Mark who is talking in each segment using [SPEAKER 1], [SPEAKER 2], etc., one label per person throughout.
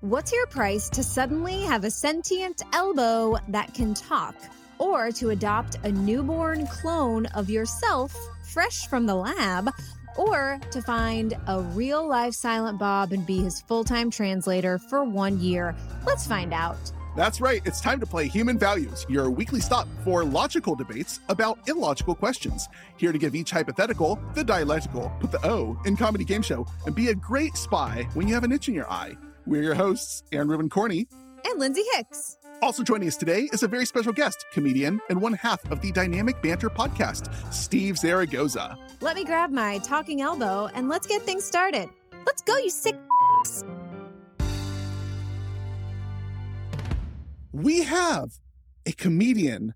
[SPEAKER 1] What's your price to suddenly have a sentient elbow that can talk, or to adopt a newborn clone of yourself fresh from the lab, or to find a real life Silent Bob and be his full time translator for one year? Let's find out.
[SPEAKER 2] That's right, it's time to play Human Values, your weekly stop for logical debates about illogical questions. Here to give each hypothetical the dialectical, put the O in comedy game show, and be a great spy when you have an itch in your eye. We're your hosts, Aaron Rubin Corney.
[SPEAKER 1] And Lindsay Hicks.
[SPEAKER 2] Also joining us today is a very special guest, comedian, and one half of the Dynamic Banter podcast, Steve Zaragoza.
[SPEAKER 1] Let me grab my talking elbow and let's get things started. Let's go, you sick.
[SPEAKER 2] we have a comedian,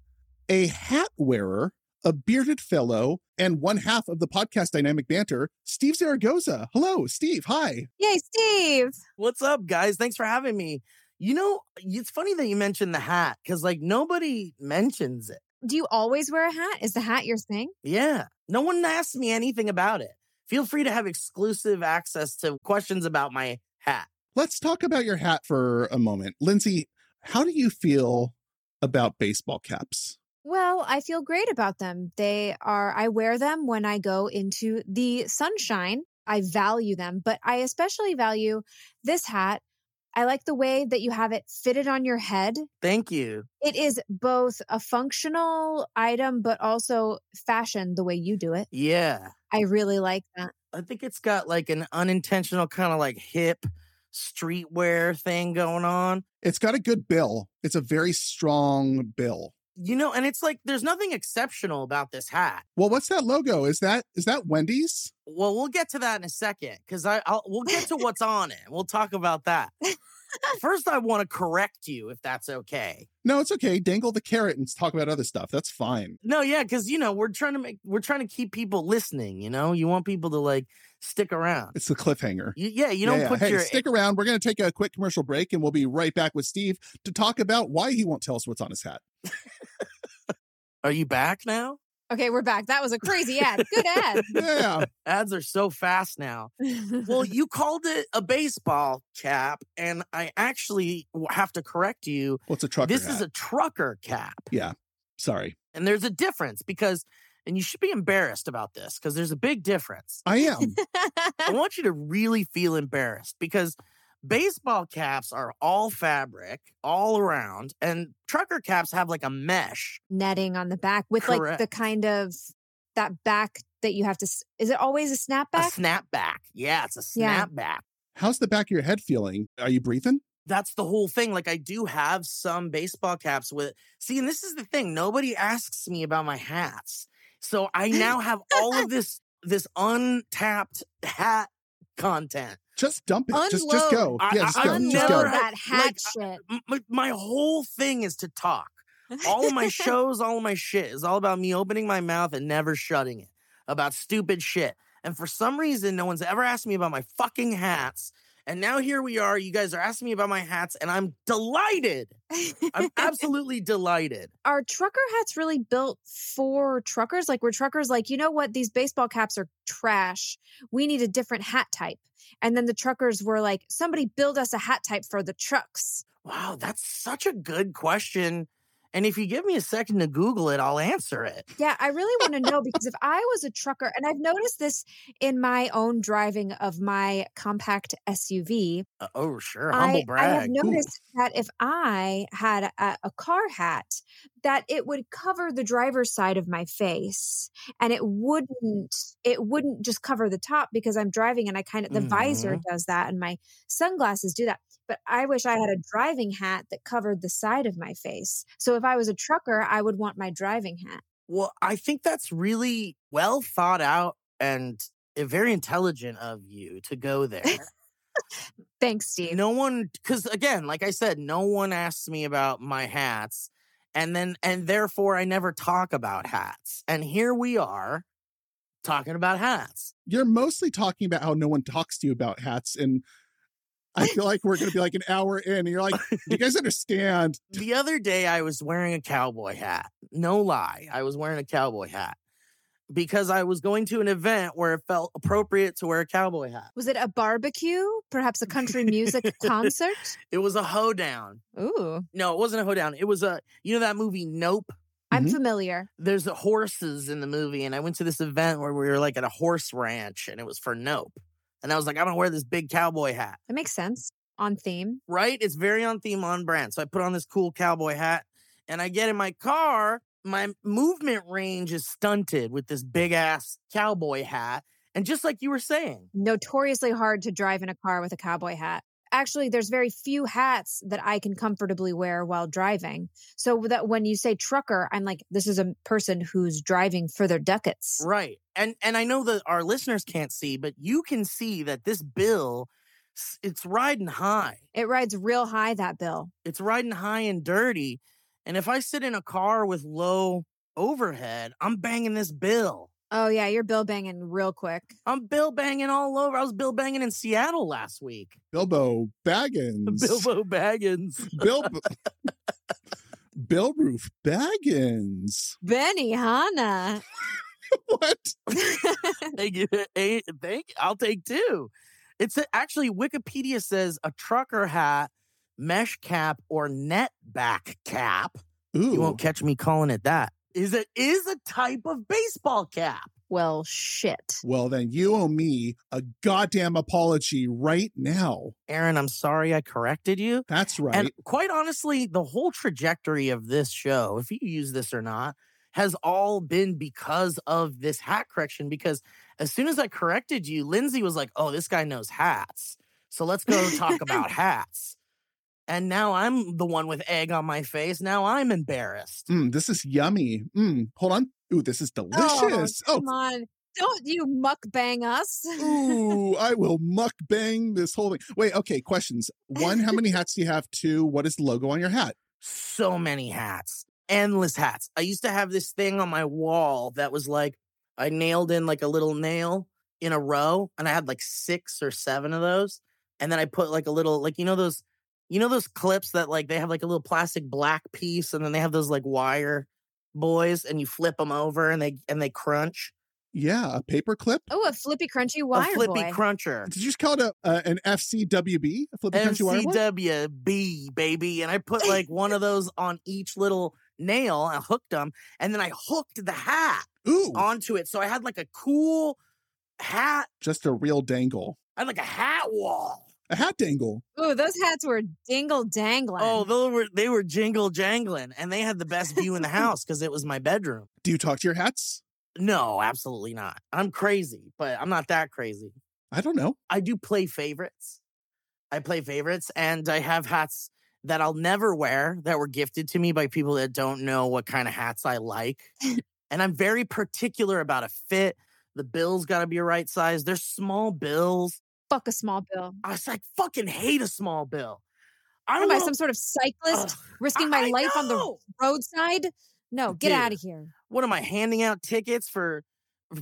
[SPEAKER 2] a hat wearer, a bearded fellow, and one half of the podcast Dynamic Banter, Steve Zaragoza. Hello, Steve. Hi.
[SPEAKER 1] Yay, Steve.
[SPEAKER 3] What's up, guys? Thanks for having me. You know, it's funny that you mentioned the hat because, like, nobody mentions it.
[SPEAKER 1] Do you always wear a hat? Is the hat your thing?
[SPEAKER 3] Yeah. No one asked me anything about it. Feel free to have exclusive access to questions about my hat.
[SPEAKER 2] Let's talk about your hat for a moment. Lindsay, how do you feel about baseball caps?
[SPEAKER 1] Well, I feel great about them. They are, I wear them when I go into the sunshine. I value them, but I especially value this hat. I like the way that you have it fitted on your head.
[SPEAKER 3] Thank you.
[SPEAKER 1] It is both a functional item, but also fashion the way you do it.
[SPEAKER 3] Yeah.
[SPEAKER 1] I really like that.
[SPEAKER 3] I think it's got like an unintentional kind of like hip streetwear thing going on.
[SPEAKER 2] It's got a good bill. It's a very strong bill.
[SPEAKER 3] You know, and it's like there's nothing exceptional about this hat.
[SPEAKER 2] Well, what's that logo? Is that is that Wendy's?
[SPEAKER 3] Well, we'll get to that in a second because I I'll, we'll get to what's on it. We'll talk about that. First, I want to correct you if that's okay.
[SPEAKER 2] No, it's okay. Dangle the carrot and talk about other stuff. That's fine.
[SPEAKER 3] No, yeah, because you know we're trying to make we're trying to keep people listening. You know, you want people to like stick around.
[SPEAKER 2] It's the cliffhanger.
[SPEAKER 3] You, yeah, you don't
[SPEAKER 2] Yeah, yeah.
[SPEAKER 3] put
[SPEAKER 2] hey,
[SPEAKER 3] your
[SPEAKER 2] stick around. We're going to take a quick commercial break, and we'll be right back with Steve to talk about why he won't tell us what's on his hat.
[SPEAKER 3] Are you back now?
[SPEAKER 1] Okay, we're back. That was a crazy ad. Good ad.
[SPEAKER 2] Yeah,
[SPEAKER 3] Ads are so fast now. Well, you called it a baseball cap, and I actually have to correct you.
[SPEAKER 2] what's a trucker
[SPEAKER 3] this
[SPEAKER 2] hat?
[SPEAKER 3] is a trucker cap.
[SPEAKER 2] Sorry,
[SPEAKER 3] And there's a difference because, and you should be embarrassed about this because there's a big difference.
[SPEAKER 2] I am.
[SPEAKER 3] I want you to really feel embarrassed because baseball caps are all fabric, all around, and trucker caps have like a mesh.
[SPEAKER 1] Netting on the back with like the
[SPEAKER 3] Correct.
[SPEAKER 1] kind of that back that you have to, s- is it always a
[SPEAKER 3] A
[SPEAKER 1] snapback?
[SPEAKER 3] snapback. Yeah, it's a
[SPEAKER 1] Yeah.
[SPEAKER 3] snapback.
[SPEAKER 2] How's the back of your head feeling? Are you breathing?
[SPEAKER 3] that's the whole thing. Like I do have some baseball caps with see, and this is the thing. Nobody asks me about my hats. So I now have all of this this untapped hat content.
[SPEAKER 2] Just dump it. Just just go.
[SPEAKER 1] Unload.
[SPEAKER 3] I-
[SPEAKER 2] yeah,
[SPEAKER 3] I-
[SPEAKER 2] just
[SPEAKER 3] I've
[SPEAKER 2] go.
[SPEAKER 1] Unload
[SPEAKER 2] just go.
[SPEAKER 3] never-
[SPEAKER 1] that hat
[SPEAKER 3] Like,
[SPEAKER 1] shit.
[SPEAKER 3] M- My, my whole thing is to talk. All of my shows, all of my shit is all about me opening my mouth and never shutting it about stupid shit. And for some reason, no one's ever asked me about my fucking hats. And now here we are. You guys are asking me about my hats, and I'm delighted. I'm absolutely delighted.
[SPEAKER 1] are trucker hats really built for truckers? Like, were truckers like, you know what? These baseball caps are trash. We need a different hat type. And then the truckers were like, somebody build us a hat type for the trucks.
[SPEAKER 3] Wow, that's such a good question. And if you give me a second to Google it, I'll answer it.
[SPEAKER 1] Yeah, I really want to know because if I was a trucker, and I've noticed this in my own driving of my compact SUV,
[SPEAKER 3] Uh, oh, sure. Humble
[SPEAKER 1] I, I
[SPEAKER 3] brag.
[SPEAKER 1] have noticed that if I had a, a car hat, that it would cover the driver's side of my face, and it wouldn't. It wouldn't just cover the top because I'm driving, and I kind of the
[SPEAKER 3] Mm-hmm.
[SPEAKER 1] visor does that, and my sunglasses do that. But I wish I had a driving hat that covered the side of my face. So if I was a trucker, I would want my driving hat.
[SPEAKER 3] Well, I think that's really well thought out and uh, very intelligent of you to go there.
[SPEAKER 1] Thanks, Steve.
[SPEAKER 3] no one, because again, like I said, no one asks me about my hats. And then, and therefore, I never talk about hats. And here we are talking about hats.
[SPEAKER 2] You're mostly talking about how no one talks to you about hats, and I feel like we're going to be like an hour in, and you're like, "Do you guys understand?"
[SPEAKER 3] the other day I was wearing a cowboy hat. No lie, I was wearing a cowboy hat. because I was going to an event where it felt appropriate to wear a cowboy hat.
[SPEAKER 1] Was it a barbecue? Perhaps a country music concert?
[SPEAKER 3] It was a hoedown.
[SPEAKER 1] Ooh,
[SPEAKER 3] No, it wasn't a hoedown. It was a, you know, that movie Nope?
[SPEAKER 1] I'm
[SPEAKER 3] Mm-hmm.
[SPEAKER 2] Mhm.
[SPEAKER 1] familiar.
[SPEAKER 3] There's the horses in the movie. And I went to this event where we were like at a horse ranch and it was for Nope. And I was like, I'm going to wear this big cowboy hat.
[SPEAKER 1] That makes sense. On theme.
[SPEAKER 3] right? It's very on theme, on brand. So I put on this cool cowboy hat and I get in my car. My movement range is stunted with this big ass cowboy hat. And just like you were saying,
[SPEAKER 1] Notoriously hard to drive in a car with a cowboy hat. Actually, there's very few hats that I can comfortably wear while driving. So that when you say trucker, I'm like, this is a person who's driving for their ducats.
[SPEAKER 3] right? And and I know that our listeners can't see, but you can see that this bill, s- it's riding high.
[SPEAKER 1] It rides real high, that bill.
[SPEAKER 3] It's riding high and dirty. And if I sit in a car with low overhead, I'm banging this bill.
[SPEAKER 1] Oh, yeah, you're bill banging real quick.
[SPEAKER 3] I'm bill banging all over. I was bill banging in Seattle last week.
[SPEAKER 2] Bilbo Baggins.
[SPEAKER 3] Bilbo Baggins.
[SPEAKER 2] Bill. Bill Roof Baggins.
[SPEAKER 1] Benny Hanna.
[SPEAKER 2] What?
[SPEAKER 3] Thank you. Eh, Thank. I'll take two. It's a- actually Wikipedia says a trucker hat, mesh cap, or net back cap.
[SPEAKER 2] Ooh.
[SPEAKER 3] You won't catch me calling it that. Is it is a type of baseball cap.
[SPEAKER 1] well, shit.
[SPEAKER 2] Well, then you owe me a goddamn apology right now.
[SPEAKER 3] Aaron, I'm sorry I corrected you.
[SPEAKER 2] That's right.
[SPEAKER 3] And quite honestly, the whole trajectory of this show, if you use this or not, has all been because of this hat correction. Because as soon as I corrected you, Lindsay was like, oh, this guy knows hats. So let's go talk about hats. And now I'm the one with egg on my face. Now I'm embarrassed.
[SPEAKER 2] Mm, this is yummy. Mm, hold on. Ooh, this is delicious. Oh,
[SPEAKER 1] Come on. Don't you mukbang us.
[SPEAKER 2] ooh, I will mukbang this whole thing. Wait, okay, questions. One, how many hats do you have? Two, what is the logo on your hat?
[SPEAKER 3] So many hats, endless hats. I used to have this thing on my wall that was like, I nailed in like a little nail in a row and I had like six or seven of those. And then I put like a little like you know those you know those clips that like they have like a little plastic black piece and then they have those like wire boys and you flip them over and they and they crunch.
[SPEAKER 2] Yeah, a paper clip.
[SPEAKER 1] Oh, a flippy crunchy
[SPEAKER 3] a
[SPEAKER 1] wire
[SPEAKER 3] flippy
[SPEAKER 1] boy.
[SPEAKER 3] cruncher.
[SPEAKER 2] Did you just call it a, uh, an FCWB? A flippy country wire boy?
[SPEAKER 3] MCWB baby and I put like one of those on each little nail and hooked them and then I hooked the hat
[SPEAKER 2] Ooh,
[SPEAKER 3] onto it so I had like a cool hat
[SPEAKER 2] just a real dangle.
[SPEAKER 3] I had like a hat wall.
[SPEAKER 2] A hat dangle.
[SPEAKER 1] Ooh, those hats were dingle dangling.
[SPEAKER 3] Oh, they were they were jingle jangling, and they had the best view in the house because it was my bedroom.
[SPEAKER 2] Do you talk to your hats?
[SPEAKER 3] No, absolutely not. I'm crazy, but I'm not that crazy.
[SPEAKER 2] I don't know.
[SPEAKER 3] I do play favorites. I play favorites, and I have hats that I'll never wear that were gifted to me by people that don't know what kind of hats I like. and I'm very particular about a fit. The bill's got to be a right size. They're small bills.
[SPEAKER 1] fuck a small bill.
[SPEAKER 3] I was like, fucking hate a small bill. I
[SPEAKER 1] Am I
[SPEAKER 3] wanna-
[SPEAKER 1] some sort of cyclist
[SPEAKER 3] Ugh,
[SPEAKER 1] risking my
[SPEAKER 3] I
[SPEAKER 1] life on the
[SPEAKER 3] know!
[SPEAKER 1] roadside? No, get
[SPEAKER 3] Dude.
[SPEAKER 1] out of here.
[SPEAKER 3] what am I handing out tickets for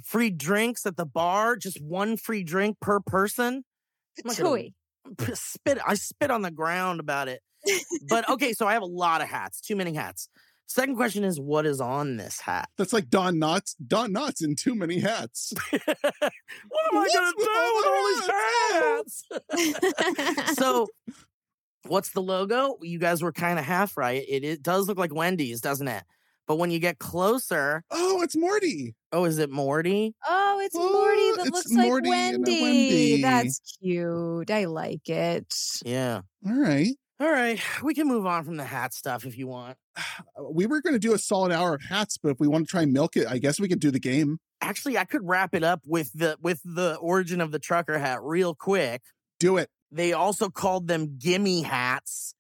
[SPEAKER 3] free drinks at the bar? Just one free drink per person? I'm not gonna
[SPEAKER 1] Patooey.
[SPEAKER 3] p- Spit I spit on the ground about it. But okay, so I have a lot of hats, too many hats. Second question is what is on this hat?
[SPEAKER 2] That's like Don Knotts. Don Knotts in too many hats.
[SPEAKER 3] what am I
[SPEAKER 2] What's
[SPEAKER 3] gonna
[SPEAKER 2] with all the
[SPEAKER 3] do with all these hats? so what's the logo? You guys were kind of half right. It, it does look like Wendy's, doesn't it? But when you get closer,
[SPEAKER 2] Oh, it's Morty.
[SPEAKER 3] oh, is it Morty?
[SPEAKER 1] Oh, it's
[SPEAKER 2] Oh,
[SPEAKER 1] Morty that
[SPEAKER 2] it's
[SPEAKER 1] looks
[SPEAKER 2] Morty
[SPEAKER 1] like
[SPEAKER 2] and a
[SPEAKER 1] Wendy.
[SPEAKER 2] Wendy.
[SPEAKER 1] That's cute. I like it.
[SPEAKER 3] Yeah.
[SPEAKER 2] All right.
[SPEAKER 3] All right, we can move on from the hat stuff if you want.
[SPEAKER 2] Uh, we were going to do a solid hour of hats, but if we want to try and milk it, I guess we could do the game.
[SPEAKER 3] Actually, I could wrap it up with the with the origin of the trucker hat real quick.
[SPEAKER 2] Do it.
[SPEAKER 3] They also called them gimme hats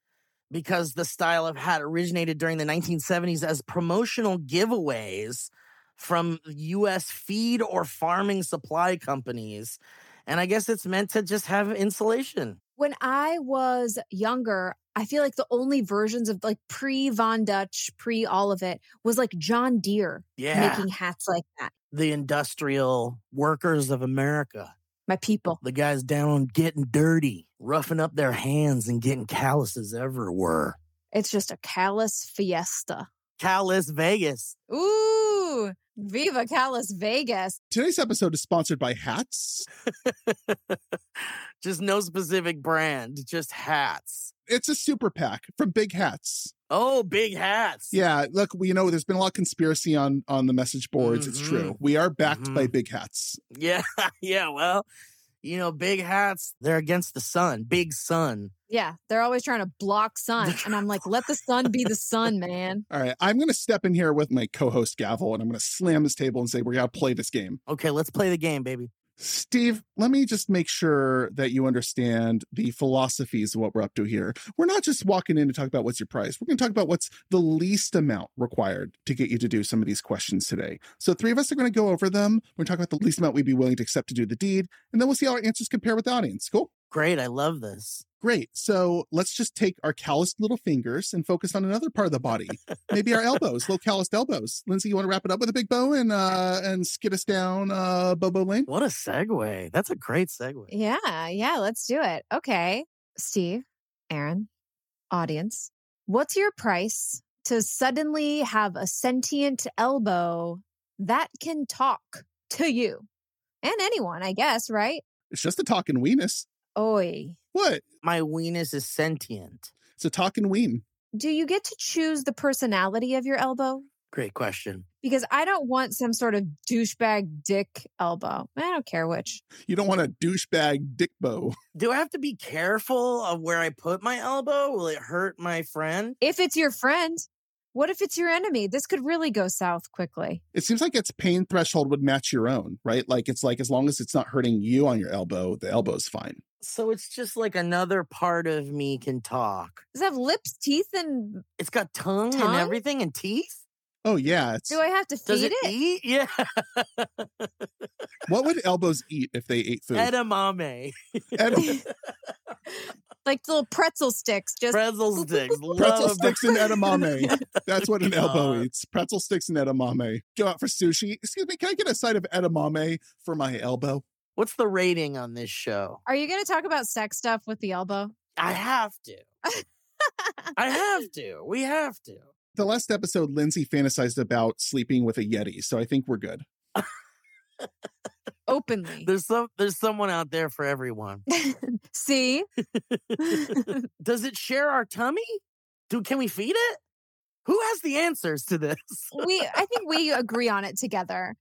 [SPEAKER 3] because the style of hat originated during the 1970s as promotional giveaways from US feed or farming supply companies. And I guess it's meant to just have insulation.
[SPEAKER 1] When I was younger, I feel like the only versions of like pre Von Dutch, pre all of it was like John Deere
[SPEAKER 3] Yeah.
[SPEAKER 1] making hats like that.
[SPEAKER 3] the industrial workers of America.
[SPEAKER 1] My people.
[SPEAKER 3] The guys down on getting dirty, roughing up their hands and getting calluses everywhere.
[SPEAKER 1] It's just a callous fiesta.
[SPEAKER 3] Callus Vegas.
[SPEAKER 1] Ooh. Woo! Viva Calas Vegas.
[SPEAKER 2] Today's episode is sponsored by hats.
[SPEAKER 3] just no specific brand, just hats.
[SPEAKER 2] It's a super pack from Big Hats.
[SPEAKER 3] Oh, big hats.
[SPEAKER 2] Yeah, look, we know there's been a lot of conspiracy on on the message boards. It's
[SPEAKER 3] Mhm.
[SPEAKER 2] true. We are backed
[SPEAKER 3] Mhm.
[SPEAKER 2] by Big Hats.
[SPEAKER 3] Yeah. Yeah. Well, you know, big hats, they're against the sun, big sun.
[SPEAKER 1] Yeah, they're always trying to block sun. And I'm like, let the sun be the sun, man.
[SPEAKER 2] All right, I'm going to step in here with my co-host Gavel, and I'm going to slam his table and say we're going to play this game.
[SPEAKER 3] Okay, let's play the game, baby.
[SPEAKER 2] Steve, let me just make sure that you understand the philosophies of what we're up to here. We're not just walking in to talk about what's your price. We're going to talk about what's the least amount required to get you to do some of these questions today. So, three of us are going to go over them. We're going to talk about the least amount we'd be willing to accept to do the deed, and then we'll see how our answers compare with the audience. Cool?
[SPEAKER 3] Great. I love this.
[SPEAKER 2] Great. So, let's just take our calloused little fingers and focus on another part of the body. Maybe our elbows, little calloused elbows. Lindsay, you want to wrap it up with a big bow and uh and skid us down uh Bobo Lane?
[SPEAKER 3] What a segue. That's a great segue.
[SPEAKER 1] Yeah, yeah, let's do it. Okay. Steve, Aaron, audience, what's your price to suddenly have a sentient elbow that can talk to you and anyone, I guess, right?
[SPEAKER 2] It's just a talking weenus.
[SPEAKER 1] Oi.
[SPEAKER 2] What?
[SPEAKER 3] My weenus is sentient.
[SPEAKER 2] It's a talking ween.
[SPEAKER 1] Do you get to choose the personality of your elbow?
[SPEAKER 3] Great question.
[SPEAKER 1] Because I don't want some sort of douchebag dick elbow. I don't care which.
[SPEAKER 2] You don't want a douchebag dick bow.
[SPEAKER 3] Do I have to be careful of where I put my elbow? Will it hurt my friend?
[SPEAKER 1] If it's your friend, what if it's your enemy? This could really go south quickly.
[SPEAKER 2] It seems like its pain threshold would match your own, right? Like it's like as long as it's not hurting you on your elbow, the elbow's fine.
[SPEAKER 3] So it's just like another part of me can talk.
[SPEAKER 1] Does it have lips, teeth, and
[SPEAKER 3] It's got tongue,
[SPEAKER 1] Tongue?
[SPEAKER 3] and everything and teeth.
[SPEAKER 2] Oh yeah, it's
[SPEAKER 1] do I have to
[SPEAKER 3] Does
[SPEAKER 1] feed it?
[SPEAKER 3] it eat? Yeah.
[SPEAKER 2] what would elbows eat if they ate food?
[SPEAKER 3] Edamame.
[SPEAKER 2] Edam-
[SPEAKER 1] like the little pretzel sticks. Just
[SPEAKER 3] Pretzel sticks.
[SPEAKER 2] pretzel
[SPEAKER 3] love-
[SPEAKER 2] sticks and edamame. That's what an elbow
[SPEAKER 3] God.
[SPEAKER 2] eats. Pretzel sticks and edamame. Go out for sushi. Excuse me, can I get a side of edamame for my elbow?
[SPEAKER 3] What's the rating on this show?
[SPEAKER 1] are you going to talk about sex stuff with the elbow?
[SPEAKER 3] I have to. I have to. We have to.
[SPEAKER 2] The last episode, Lindsay fantasized about sleeping with a Yeti, so I think we're good.
[SPEAKER 1] Openly.
[SPEAKER 3] There's some there's someone out there for everyone.
[SPEAKER 1] See?
[SPEAKER 3] Does it share our tummy? Do can we feed it? Who has the answers to this?
[SPEAKER 1] We I think we agree on it together.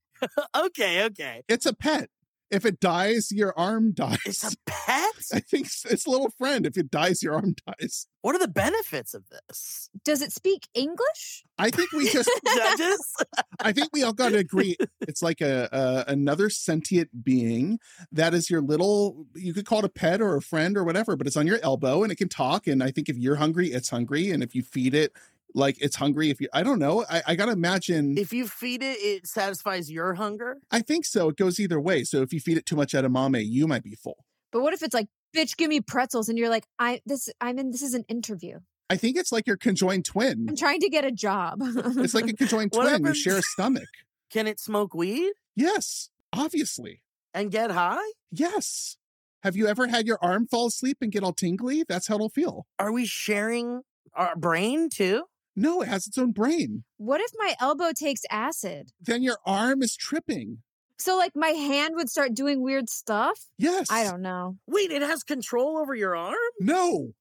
[SPEAKER 3] okay, okay.
[SPEAKER 2] It's a pet. If it dies, your arm dies.
[SPEAKER 3] It's a pet?
[SPEAKER 2] I think s- it's a little friend. If it dies, your arm dies.
[SPEAKER 3] What are the benefits of this?
[SPEAKER 1] Does it speak English?
[SPEAKER 2] I think we just,
[SPEAKER 3] Judges?
[SPEAKER 2] I think we all got to agree. It's like a, a another sentient being that is your little. You could call it a pet or a friend or whatever, but it's on your elbow and it can talk. And I think if you're hungry, it's hungry, and if you feed it, like it's hungry. If you, I don't know. I, I gotta imagine.
[SPEAKER 3] if you feed it, it satisfies your hunger.
[SPEAKER 2] I think so. It goes either way. So if you feed it too much edamame, you might be full.
[SPEAKER 1] But what if it's like, bitch, give me pretzels and you're like, I this I'm in this is an interview.
[SPEAKER 2] I think it's like your conjoined twin.
[SPEAKER 1] I'm trying to get a job.
[SPEAKER 2] It's like a conjoined
[SPEAKER 3] What
[SPEAKER 2] twin. You
[SPEAKER 3] happens-
[SPEAKER 2] share a stomach.
[SPEAKER 3] Can it smoke weed
[SPEAKER 2] Yes, obviously.
[SPEAKER 3] and get high?
[SPEAKER 2] Yes. Have you ever had your arm fall asleep and get all tingly? That's how it'll feel.
[SPEAKER 3] Are we sharing our brain too?
[SPEAKER 2] No, it has its own brain.
[SPEAKER 1] what if my elbow takes acid?
[SPEAKER 2] Then your arm is tripping.
[SPEAKER 1] So like my hand would start doing weird stuff?
[SPEAKER 2] Yes.
[SPEAKER 1] I don't know.
[SPEAKER 3] Wait, it has control over your arm?
[SPEAKER 2] No,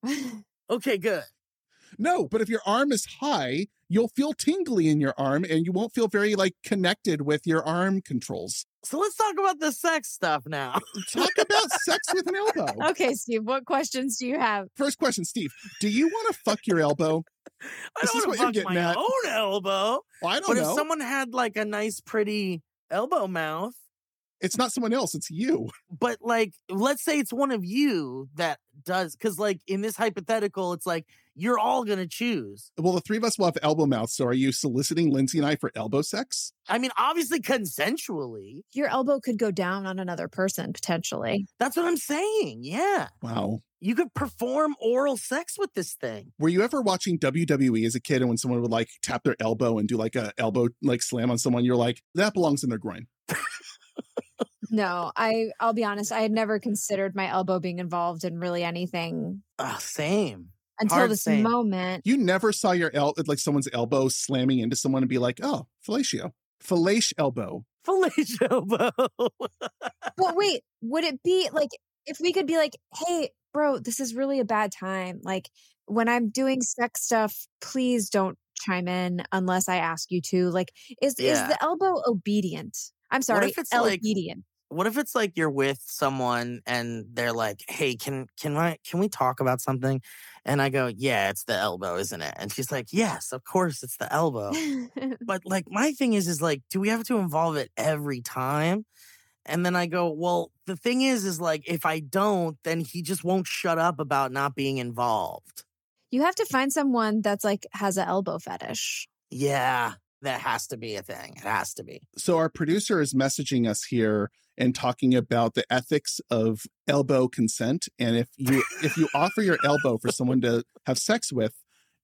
[SPEAKER 3] Okay, good.
[SPEAKER 2] no. But if your arm is high, you'll feel tingly in your arm and you won't feel very like connected with your arm controls.
[SPEAKER 3] So let's talk about the sex stuff now.
[SPEAKER 2] Talk about sex with an elbow.
[SPEAKER 1] okay, Steve, what questions do you have?
[SPEAKER 2] First question, Steve. Do you want to fuck your elbow?
[SPEAKER 3] I
[SPEAKER 2] This is
[SPEAKER 3] don't
[SPEAKER 2] what
[SPEAKER 3] want
[SPEAKER 2] you're
[SPEAKER 3] to fuck
[SPEAKER 2] getting
[SPEAKER 3] my
[SPEAKER 2] at.
[SPEAKER 3] own elbow.
[SPEAKER 2] Well, I
[SPEAKER 3] But
[SPEAKER 2] don't know.
[SPEAKER 3] if someone had like a nice, pretty elbow mouth,
[SPEAKER 2] It's not someone else, it's you.
[SPEAKER 3] but like, let's say it's one of you that does, because like in this hypothetical, it's like you're all going to choose.
[SPEAKER 2] Well, the three of us will have elbow mouth. So are you soliciting Lindsay and I for elbow sex?
[SPEAKER 3] I mean, obviously consensually.
[SPEAKER 1] Your elbow could go down on another person potentially.
[SPEAKER 3] That's what I'm saying. Yeah.
[SPEAKER 2] Wow.
[SPEAKER 3] You could perform oral sex with this thing.
[SPEAKER 2] Were you ever watching WWE as a kid and when someone would like tap their elbow and do like a elbow like slam on someone, you're like, that belongs in their groin.
[SPEAKER 1] No, I I'll be honest, I had never considered my elbow being involved in really anything
[SPEAKER 3] Ah, same.
[SPEAKER 1] until
[SPEAKER 3] Hard
[SPEAKER 1] this
[SPEAKER 3] saying.
[SPEAKER 1] moment.
[SPEAKER 2] You never saw your el like someone's elbow slamming into someone and be like, oh, fellatio. Fellation elbow.
[SPEAKER 3] Fellatio elbow.
[SPEAKER 1] But wait, would it be like if we could be like, hey, bro, this is really a bad time. Like when I'm doing sex stuff, please don't chime in unless I ask you to. Like, is
[SPEAKER 3] Yeah.
[SPEAKER 1] is the elbow obedient? I'm sorry, E
[SPEAKER 3] if it's, like-
[SPEAKER 1] obedient.
[SPEAKER 3] what if it's like you're with someone and they're like, "Hey, can can I can we talk about something?" And I go, "Yeah, it's the elbow, isn't it?" And she's like, "Yes, of course, it's the elbow." but like my thing is is like do we have to involve it every time and then i go well the thing is is like if i don't then he just won't shut up about not being involved
[SPEAKER 1] you have to find someone that's like has an elbow fetish.
[SPEAKER 3] yeah that has to be a thing it has to be
[SPEAKER 2] So our producer is messaging us here and talking about the ethics of elbow consent and if you if you offer your elbow for someone to have sex with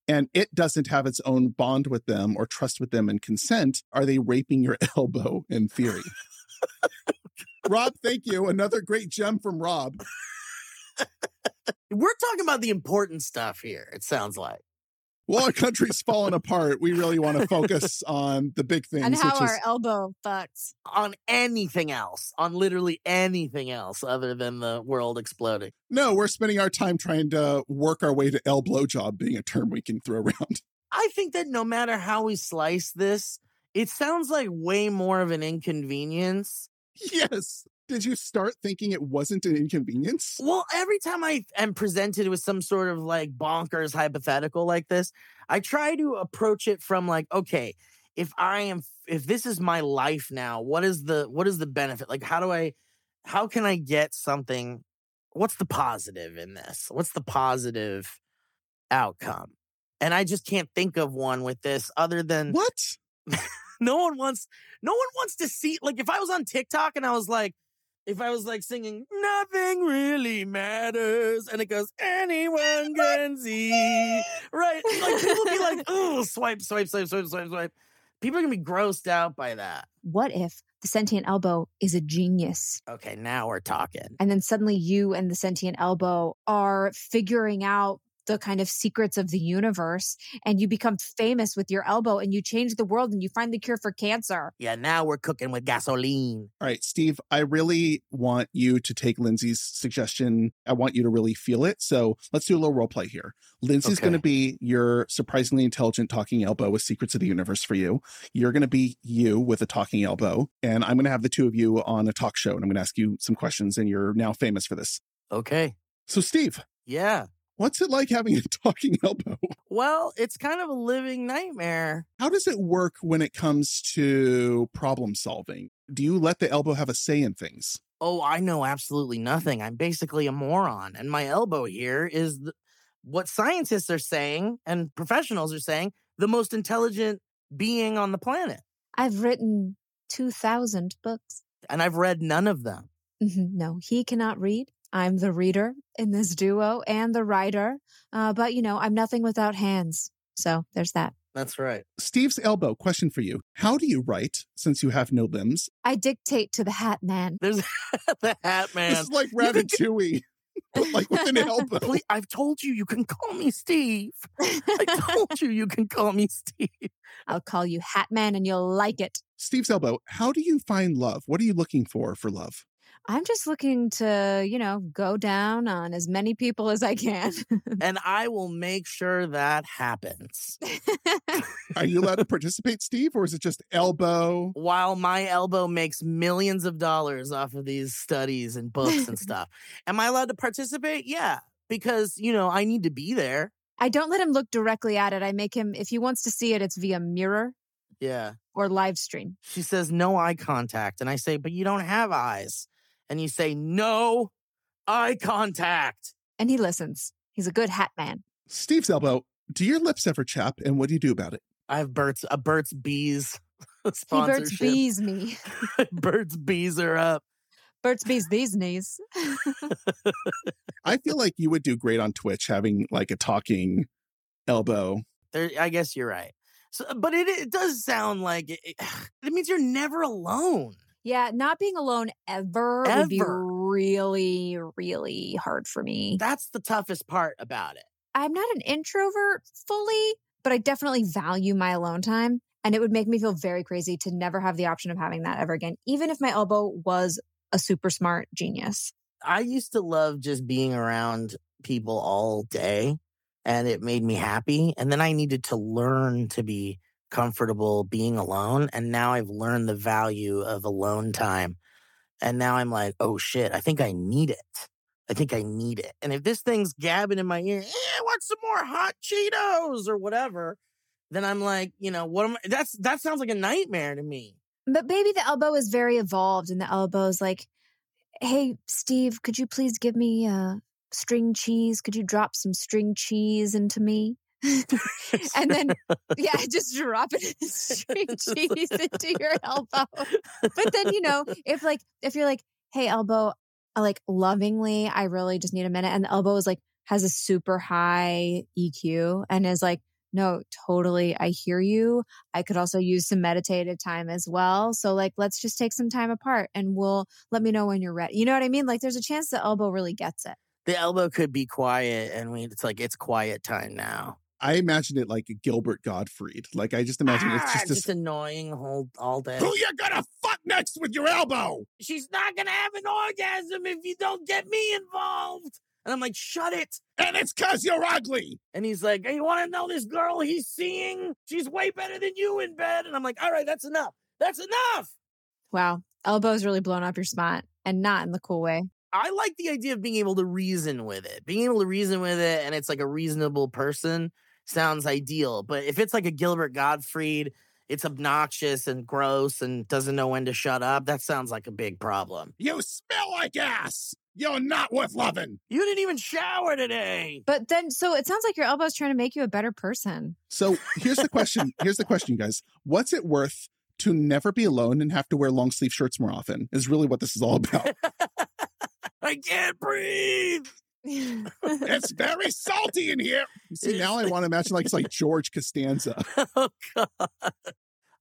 [SPEAKER 2] and it doesn't have its own bond with them or trust with them and consent, are they raping your elbow in theory? Rob, thank you. Another great gem from Rob.
[SPEAKER 3] we're talking about the important stuff here it sounds like
[SPEAKER 2] Well, our country's falling apart. We really want to focus on the big things,
[SPEAKER 1] and how
[SPEAKER 2] which
[SPEAKER 1] our
[SPEAKER 2] is
[SPEAKER 1] elbow fucks.
[SPEAKER 3] on anything else on literally anything else other than the world exploding
[SPEAKER 2] no, we're spending our time trying to work our way to el blowjob being a term we can throw around.
[SPEAKER 3] I think that no matter how we slice this, it sounds like way more of an inconvenience.
[SPEAKER 2] Yes. Did you start thinking it wasn't an inconvenience?
[SPEAKER 3] Well, every time I am presented with some sort of like bonkers hypothetical like this, I try to approach it from like, okay, if I am if this is my life now, what is the what is the benefit? Like how do I how can I get something what's the positive in this? What's the positive outcome? And I just can't think of one with this other than
[SPEAKER 2] What?
[SPEAKER 3] no one wants no one wants to see like if i was on tiktok and i was like if i was like singing nothing really matters and it goes anyone can see right like people be like oh swipe swipe swipe swipe swipe swipe people are gonna be grossed out by that
[SPEAKER 1] What if the sentient elbow is a genius?
[SPEAKER 3] okay now we're talking
[SPEAKER 1] And then suddenly you and the sentient elbow are figuring out the kind of secrets of the universe and you become famous with your elbow and you change the world and you find the cure for cancer.
[SPEAKER 3] yeah now we're cooking with gasoline
[SPEAKER 2] All right, Steve, I really want you to take Lindsay's suggestion. I want you to really feel it. So let's do a little role play here. Lindsay's
[SPEAKER 3] Okay.
[SPEAKER 2] going to be your surprisingly intelligent talking elbow with secrets of the universe for you. You're going to be you with a talking elbow. And I'm going to have the two of you on a talk show and I'm going to ask you some questions. And you're now famous for this.
[SPEAKER 3] okay
[SPEAKER 2] So, Steve,
[SPEAKER 3] yeah
[SPEAKER 2] what's it like having a talking elbow?
[SPEAKER 3] well it's kind of a living nightmare
[SPEAKER 2] How does it work when it comes to problem solving? Do you let the elbow have a say in things?
[SPEAKER 3] oh, I know absolutely nothing. I'm basically a moron. And my elbow here is th- what scientists are saying and professionals are saying the most intelligent being on the planet.
[SPEAKER 1] I've written 2,000 books.
[SPEAKER 3] And I've read none of them.
[SPEAKER 1] Mhm, No, he cannot read. I'm the reader in this duo and the writer. Uh, but, you know, I'm nothing without hands. So there's that.
[SPEAKER 3] That's right.
[SPEAKER 2] Steve's elbow question for you. How do you write since you have no limbs?
[SPEAKER 1] I dictate to the hat man.
[SPEAKER 3] There's the hat
[SPEAKER 2] This
[SPEAKER 3] man.
[SPEAKER 2] is like
[SPEAKER 3] You could
[SPEAKER 2] Ratatouille, but like with an elbow.
[SPEAKER 3] Please, I've told you you can call me Steve. I told you you can call me Steve.
[SPEAKER 1] I'll call you hat man and you'll like it.
[SPEAKER 2] Steve's elbow. How do you find love? What are you looking for for love?
[SPEAKER 1] I'm just looking to, you know, go down on as many people as I can.
[SPEAKER 3] And I will make sure that happens.
[SPEAKER 2] Are you allowed to participate, Steve, or is it just elbow?
[SPEAKER 3] while my elbow makes millions of dollars off of these studies and books and stuff. Am I allowed to participate? Yeah, because you know I need to be there.
[SPEAKER 1] I don't let him look directly at it. I make him, if he wants to see it, it's via mirror
[SPEAKER 3] Yeah.
[SPEAKER 1] or live stream.
[SPEAKER 3] She says no eye contact, and I say, but you don't have eyes, and you say no eye contact.
[SPEAKER 1] And he listens. He's a good hat man.
[SPEAKER 2] Steve's elbow. Do your lips ever chap and what do you do about it?
[SPEAKER 3] I have Burt's a Burt's Bees
[SPEAKER 1] He Burt's
[SPEAKER 3] sponsorship.
[SPEAKER 1] bees me.
[SPEAKER 3] Burt's Bees are up.
[SPEAKER 1] Burt's bees these knees.
[SPEAKER 2] I feel like you would do great on Twitch having like a talking elbow.
[SPEAKER 3] There, I guess you're right. So, but it, it does sound like it, it, it means you're never alone.
[SPEAKER 1] yeah, not being alone ever, would be
[SPEAKER 3] Ever.
[SPEAKER 1] really, really hard for me.
[SPEAKER 3] That's the toughest part about it.
[SPEAKER 1] I'm not an introvert fully, but I definitely value my alone time. And it would make me feel very crazy to never have the option of having that ever again, even if my elbow was a super smart genius.
[SPEAKER 3] I used to love just being around people all day and it made me happy. And then I needed to learn to be comfortable being alone. And now I've learned the value of alone time. And now I'm like, oh shit, I think I need it. I think I need it. And if this thing's gabbing in my ear, eh, I want some more hot Cheetos or whatever, then I'm like, you know, what am I? That's that sounds like a nightmare to me.
[SPEAKER 1] But maybe the elbow is very evolved and the elbow's like, hey, Steve, could you please give me uh, string cheese? Could you drop some string cheese into me? and then, yeah, just drop it in string cheese into your elbow. oh, But then, you know, if like, if you're like, hey, elbow, I like lovingly, I really just need a minute. And the elbow is like, has a super high EQ and is like, no, totally. I hear you. I could also use some meditative time as well. So, like, let's just take some time apart and we'll let me know when you're ready. You know what I mean? Like, there's a chance the elbow really gets it.
[SPEAKER 3] the elbow could be quiet, and we it's like it's quiet time now.
[SPEAKER 2] I imagine it like Gilbert Gottfried. Like I just imagine it's
[SPEAKER 3] Ah,
[SPEAKER 2] just this.
[SPEAKER 3] annoying whole all day.
[SPEAKER 2] Who you gonna fuck next with your elbow?
[SPEAKER 3] She's not gonna have an orgasm if you don't get me involved. And I'm like, shut it.
[SPEAKER 2] And it's cause you're ugly.
[SPEAKER 3] And he's like, hey, you want to know this girl he's seeing? She's way better than you in bed. And I'm like, all right, that's enough. That's enough.
[SPEAKER 1] Wow. Elbow's really blown up your spot and not in the cool way.
[SPEAKER 3] I like the idea of being able to reason with it. Being able to reason with it and it's like a reasonable person sounds ideal. But if it's like a Gilbert Gottfried, it's obnoxious and gross and doesn't know when to shut up, that sounds like a big problem.
[SPEAKER 2] You smell like ass. You're not worth loving.
[SPEAKER 3] You didn't even shower today.
[SPEAKER 1] But then, so it sounds like your elbow's trying to make you a better person.
[SPEAKER 2] So here's the question. here's the question, guys. What's it worth to never be alone and have to wear long sleeve shirts more often? Is really what this is all about.
[SPEAKER 3] I can't breathe.
[SPEAKER 2] it's very salty in here. See, now I want to imagine like it's like George Costanza.
[SPEAKER 3] oh, God.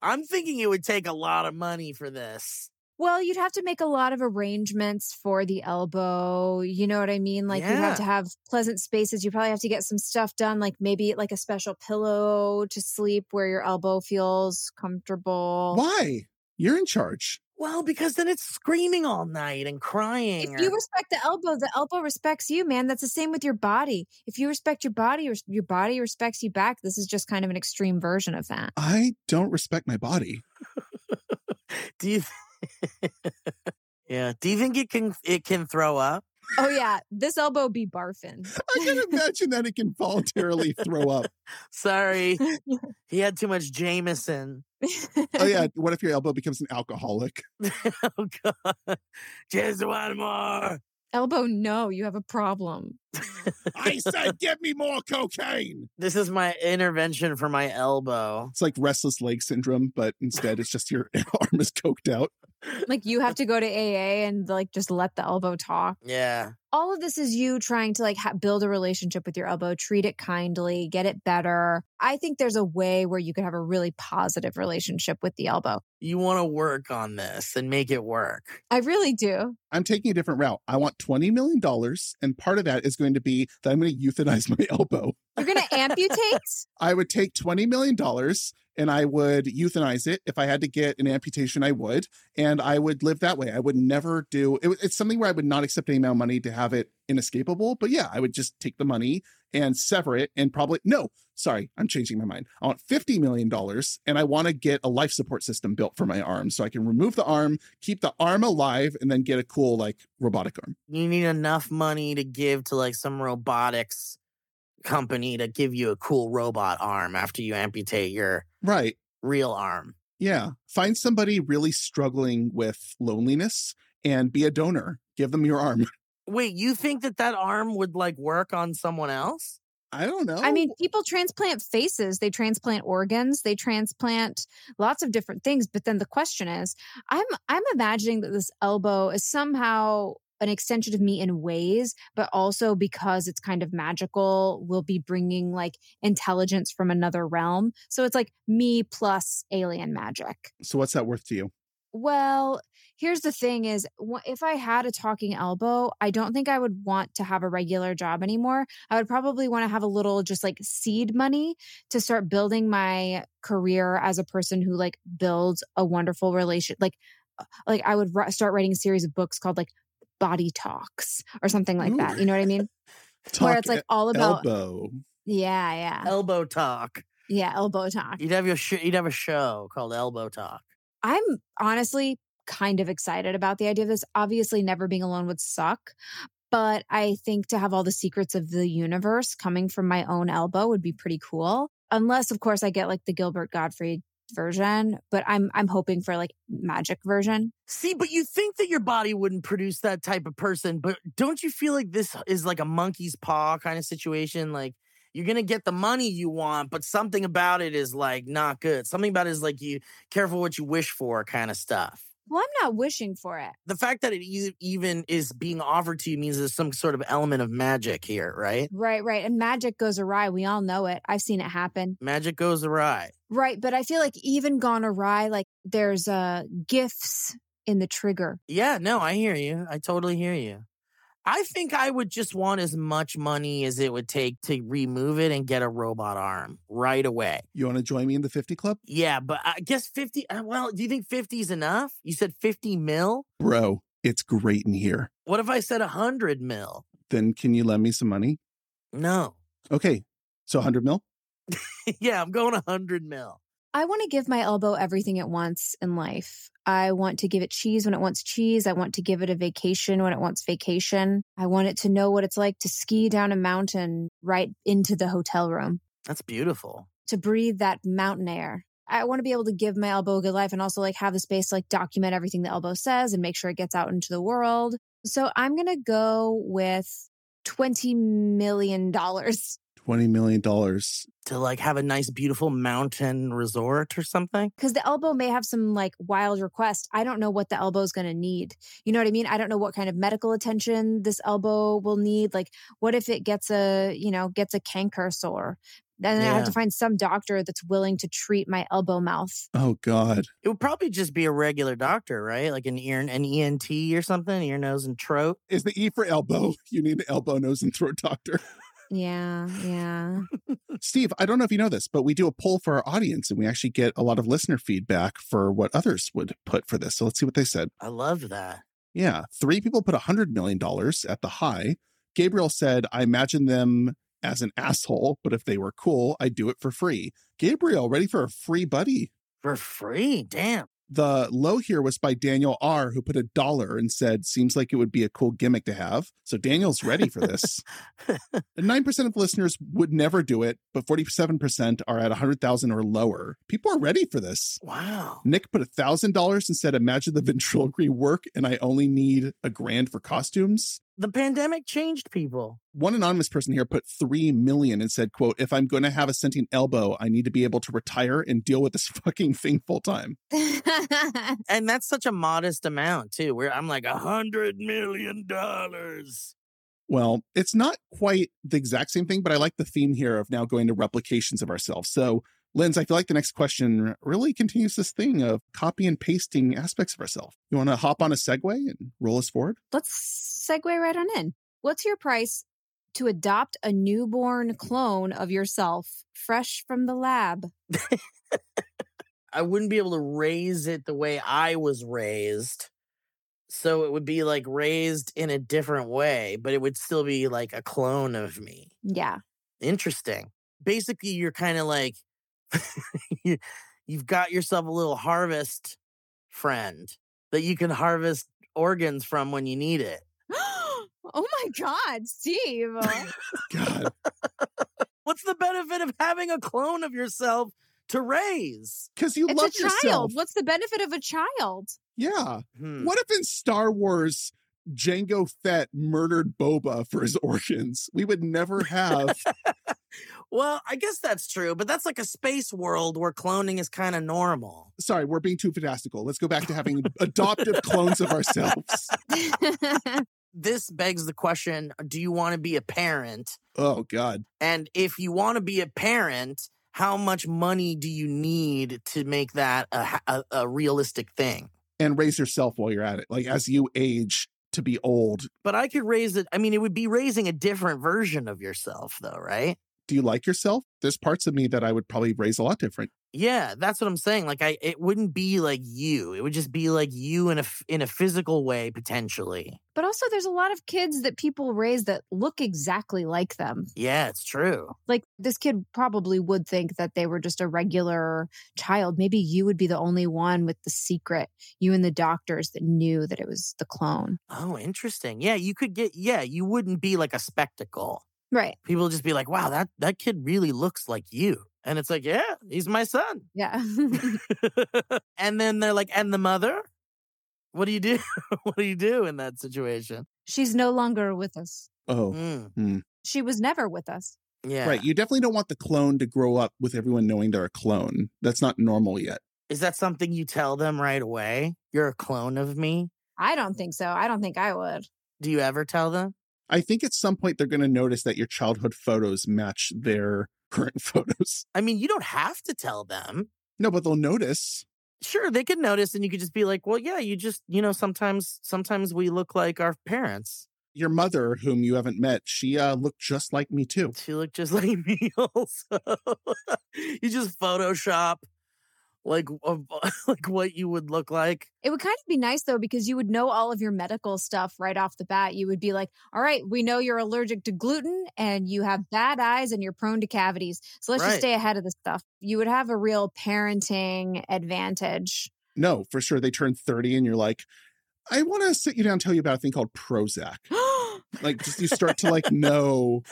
[SPEAKER 3] I'm thinking it would take a lot of money for this.
[SPEAKER 1] well, you'd have to make a lot of arrangements for the elbow. You know what I mean? Like you have to have pleasant spaces. You probably have to get some stuff done, like maybe like a special pillow to sleep where your elbow feels comfortable.
[SPEAKER 2] Why? You're in charge.
[SPEAKER 3] Well, because then it's screaming all night and crying.
[SPEAKER 1] If
[SPEAKER 3] or-
[SPEAKER 1] you respect the elbow, the elbow respects you, man. That's the same with your body. If you respect your body, your- your body respects you back. This is just kind of an extreme version of that.
[SPEAKER 2] I don't respect my body.
[SPEAKER 3] Do you? th- yeah. Do you think it can it can throw up?
[SPEAKER 1] Oh yeah, this elbow be barfing.
[SPEAKER 2] I can imagine that it can voluntarily throw up.
[SPEAKER 3] Sorry, he had too much Jameson.
[SPEAKER 2] Oh yeah, what if your elbow becomes an alcoholic?
[SPEAKER 3] oh God, just one more.
[SPEAKER 1] elbow, no, you have a problem.
[SPEAKER 2] I said, give me more cocaine.
[SPEAKER 3] This is my intervention for my elbow.
[SPEAKER 2] It's like restless leg syndrome, but instead it's just your arm is coked out.
[SPEAKER 1] Like you have to go to AA and like just let the elbow talk.
[SPEAKER 3] Yeah.
[SPEAKER 1] All of this is you trying to like ha- build a relationship with your elbow, treat it kindly, get it better. I think there's a way where you could have a really positive relationship with the elbow.
[SPEAKER 3] You want to work on this and make it work.
[SPEAKER 1] I really do.
[SPEAKER 2] I'm taking a different route. I want $20 million, and part of that is going to be that I'm going to euthanize my elbow.
[SPEAKER 1] You're going to amputate?
[SPEAKER 2] I would take $20 million and I would euthanize it. If I had to get an amputation, I would. And I would live that way. I would never do it, it's something where I would not accept any amount of money to have it inescapable. But yeah, I would just take the money and sever it and probably no, sorry, I'm changing my mind. I want $50 million and I want to get a life support system built for my arm so I can remove the arm, keep the arm alive, and then get a cool like robotic arm.
[SPEAKER 3] You need enough money to give to like some robotics company to give you a cool robot arm after you amputate your
[SPEAKER 2] Right.
[SPEAKER 3] real arm.
[SPEAKER 2] Yeah. Find somebody really struggling with loneliness and be a donor. Give them your arm.
[SPEAKER 3] Wait, you think that that arm would like work on someone else?
[SPEAKER 2] I don't know.
[SPEAKER 1] I mean, people transplant faces, they transplant organs, they transplant lots of different things. But then the question is, I'm I'm imagining that this elbow is somehow an extension of me in ways, but also because it's kind of magical, will be bringing like intelligence from another realm. So it's like me plus alien magic.
[SPEAKER 2] so what's that worth to you?
[SPEAKER 1] Well, here's the thing is wh- if i had a talking elbow i don't think i would want to have a regular job anymore i would probably want to have a little just like seed money to start building my career as a person who like builds a wonderful relation like uh, like i would r- start writing a series of books called like body talks or something like that you know what i mean where it's like all about
[SPEAKER 2] elbow.
[SPEAKER 1] yeah yeah
[SPEAKER 3] Elbow talk.
[SPEAKER 1] yeah elbow talk
[SPEAKER 3] You'd have your sh- you'd have a show called Elbow Talk.
[SPEAKER 1] I'm honestly kind of excited about the idea of this. Obviously, never being alone would suck, but I think to have all the secrets of the universe coming from my own elbow would be pretty cool. Unless, of course, I get like the Gilbert Gottfried version, but I'm I'm hoping for like magic version.
[SPEAKER 3] See, but you think that your body wouldn't produce that type of person, but don't you feel like this is like a monkey's paw kind of situation? Like you're gonna get the money you want, but something about it is like not good. Something about it is like you careful what you wish for kind of stuff.
[SPEAKER 1] Well, I'm not wishing for it.
[SPEAKER 3] The fact that it e- even is being offered to you means there's some sort of element of magic here, right?
[SPEAKER 1] Right, right. And magic goes awry. We all know it. I've seen it happen.
[SPEAKER 3] Magic goes awry.
[SPEAKER 1] Right, but I feel like even gone awry like there's uh gifts in the trigger.
[SPEAKER 3] Yeah, no, I hear you. I totally hear you. I think I would just want as much money as it would take to remove it and get a robot arm right away.
[SPEAKER 2] You want to join me in the 50 Club?
[SPEAKER 3] Yeah, but I guess 50. uh, Well, do you think 50 is enough? You said 50 mil?
[SPEAKER 2] Bro, it's great in here.
[SPEAKER 3] What if I said 100 mil?
[SPEAKER 2] Then can you lend me some money?
[SPEAKER 3] No.
[SPEAKER 2] Okay. So 100 mil?
[SPEAKER 3] yeah, I'm going 100 mil.
[SPEAKER 1] I want to give my elbow everything it wants in life. I want to give it cheese when it wants cheese. I want to give it a vacation when it wants vacation. I want it to know what it's like to ski down a mountain right into the hotel room,
[SPEAKER 3] That's beautiful.
[SPEAKER 1] to breathe that mountain air. I want to be able to give my elbow a good life and also like have the space to like document everything the elbow says and make sure it gets out into the world. So I'm going to go with $20 million. Cause
[SPEAKER 2] $20 million.
[SPEAKER 3] To like have a nice, beautiful mountain resort or something.
[SPEAKER 1] the elbow may have some like wild request. I don't know what the elbow's going to need. You know what I mean? I don't know what kind of medical attention this elbow will need. Like, what if it gets a, you know, gets a canker sore? Then I have to
[SPEAKER 3] Yeah.
[SPEAKER 1] find some doctor that's willing to treat my elbow mouth.
[SPEAKER 2] Oh, God.
[SPEAKER 3] It would probably just be a regular doctor, right? Like an ear, an ENT or something, ear, nose, and throat.
[SPEAKER 2] Is the E for elbow? You need an elbow, nose, and throat doctor.
[SPEAKER 1] Yeah, yeah.
[SPEAKER 2] Steve, I don't know if you know this, but we do a poll for our audience and we actually get a lot of listener feedback for what others would put for this. So let's see what they said.
[SPEAKER 3] I love that.
[SPEAKER 2] Yeah. Three people put $100 million at the high. Gabriel said, I imagine them as an asshole, but if they were cool, I'd do it for free. Gabriel, ready for a free buddy.
[SPEAKER 3] For free. Damn.
[SPEAKER 2] The low here was by Daniel R., who put a dollar and said, Seems like it would be a cool gimmick to have. So Daniel's ready for this. And 9% of listeners would never do it, but 47% are at 100,000 or lower. People are ready for this.
[SPEAKER 3] Wow.
[SPEAKER 2] Nick put a thousand dollars and said, "Imagine the ventriloquy work, and I only need a grand for costumes."
[SPEAKER 3] The pandemic changed people.
[SPEAKER 2] One anonymous person here put three million and said, "Quote: If I'm going to have a sentient elbow, I need to be able to retire and deal with this fucking thing full time."
[SPEAKER 3] and that's such a modest amount too where i'm like a hundred million dollars
[SPEAKER 2] Well, it's not quite the exact same thing, but I like the theme here of now going to replications of ourselves. So, Linz, I feel like the next question really continues this thing of copy and pasting aspects of ourselves. You want to hop on a segue and roll us forward?
[SPEAKER 1] Let's segue right on in. What's your price to adopt a newborn clone of yourself fresh from the lab?
[SPEAKER 3] i wouldn't be able to raise it the way i was raised so it would be like raised in a different way but it would still be like a clone of me
[SPEAKER 1] Yeah.
[SPEAKER 3] interesting basically you're kind of like you, you've got yourself a little harvest friend that you can harvest organs from when you need it
[SPEAKER 1] oh my God, Steve.
[SPEAKER 2] God,
[SPEAKER 3] What's the benefit of having a clone of yourself to raise?
[SPEAKER 2] because you
[SPEAKER 1] it's
[SPEAKER 2] love
[SPEAKER 1] a child.
[SPEAKER 2] yourself.
[SPEAKER 1] What's the benefit of a child?
[SPEAKER 2] Yeah.
[SPEAKER 3] Hmm.
[SPEAKER 2] What if in Star Wars, Django Fett murdered Boba for his organs? We would never have.
[SPEAKER 3] Well, I guess that's true, but that's like a space world where cloning is kind of normal.
[SPEAKER 2] sorry, we're being too fantastical. Let's go back to having adoptive clones of ourselves.
[SPEAKER 3] This begs the question uh, do you want to be a parent?
[SPEAKER 2] Oh, God.
[SPEAKER 3] And if you want to be a parent, how much money do you need to make that a, ha- a, a realistic thing?
[SPEAKER 2] and raise yourself while you're at it. Like as you age to be old,
[SPEAKER 3] But I could raise it. I mean, it would be raising a different version of yourself, though, right?
[SPEAKER 2] do you like yourself? There's parts of me that I would probably raise a lot different.
[SPEAKER 3] Yeah, that's what I'm saying. Like, I it wouldn't be like you. It would just be like you in a f- in a physical way potentially.
[SPEAKER 1] But also, there's a lot of kids that people raise that look exactly like them.
[SPEAKER 3] Yeah, it's true.
[SPEAKER 1] Like this kid probably would think that they were just a regular child. Maybe you would be the only one with the secret, you and the doctors that knew that it was the clone.
[SPEAKER 3] Oh, interesting. Yeah, you could get. Yeah, you wouldn't be like a spectacle.
[SPEAKER 1] Right.
[SPEAKER 3] People would just be like, "Wow, that that kid really looks like you," and it's like, "Yeah, he's my son."
[SPEAKER 1] Yeah.
[SPEAKER 3] and then they're like, "And the mother? What do you do? what do you do in that situation?"
[SPEAKER 1] She's no longer with us.
[SPEAKER 2] Oh,
[SPEAKER 3] Mm,
[SPEAKER 1] She was never with us.
[SPEAKER 3] yeah.
[SPEAKER 2] right. You definitely don't want the clone to grow up with everyone knowing they're a clone. That's not normal yet.
[SPEAKER 3] Is that something you tell them right away? You're a clone of me.
[SPEAKER 1] I don't think so. I don't think I would.
[SPEAKER 3] Do you ever tell them?
[SPEAKER 2] I think at some point they're going to notice that your childhood photos match their current photos.
[SPEAKER 3] I mean, you don't have to tell them.
[SPEAKER 2] No, but they'll notice.
[SPEAKER 3] Sure, they could notice and you could just be like, "Well, yeah, you just, you know, sometimes sometimes we look like our parents.
[SPEAKER 2] Your mother, whom you haven't met, she uh, looked just like me too.
[SPEAKER 3] She looked just like me also." you just photoshop like of- like what you would look like.
[SPEAKER 1] It would kind of be nice though, because you would know all of your medical stuff right off the bat. You would be like, all right, we know you're allergic to gluten and you have bad eyes and you're prone to cavities. So let's just
[SPEAKER 3] Right.
[SPEAKER 1] stay ahead of this stuff. You would have a real parenting advantage.
[SPEAKER 2] No, for sure. They turn 30 and you're like, I want to sit you down and tell you about a thing called Prozac. Like, just you start to like know.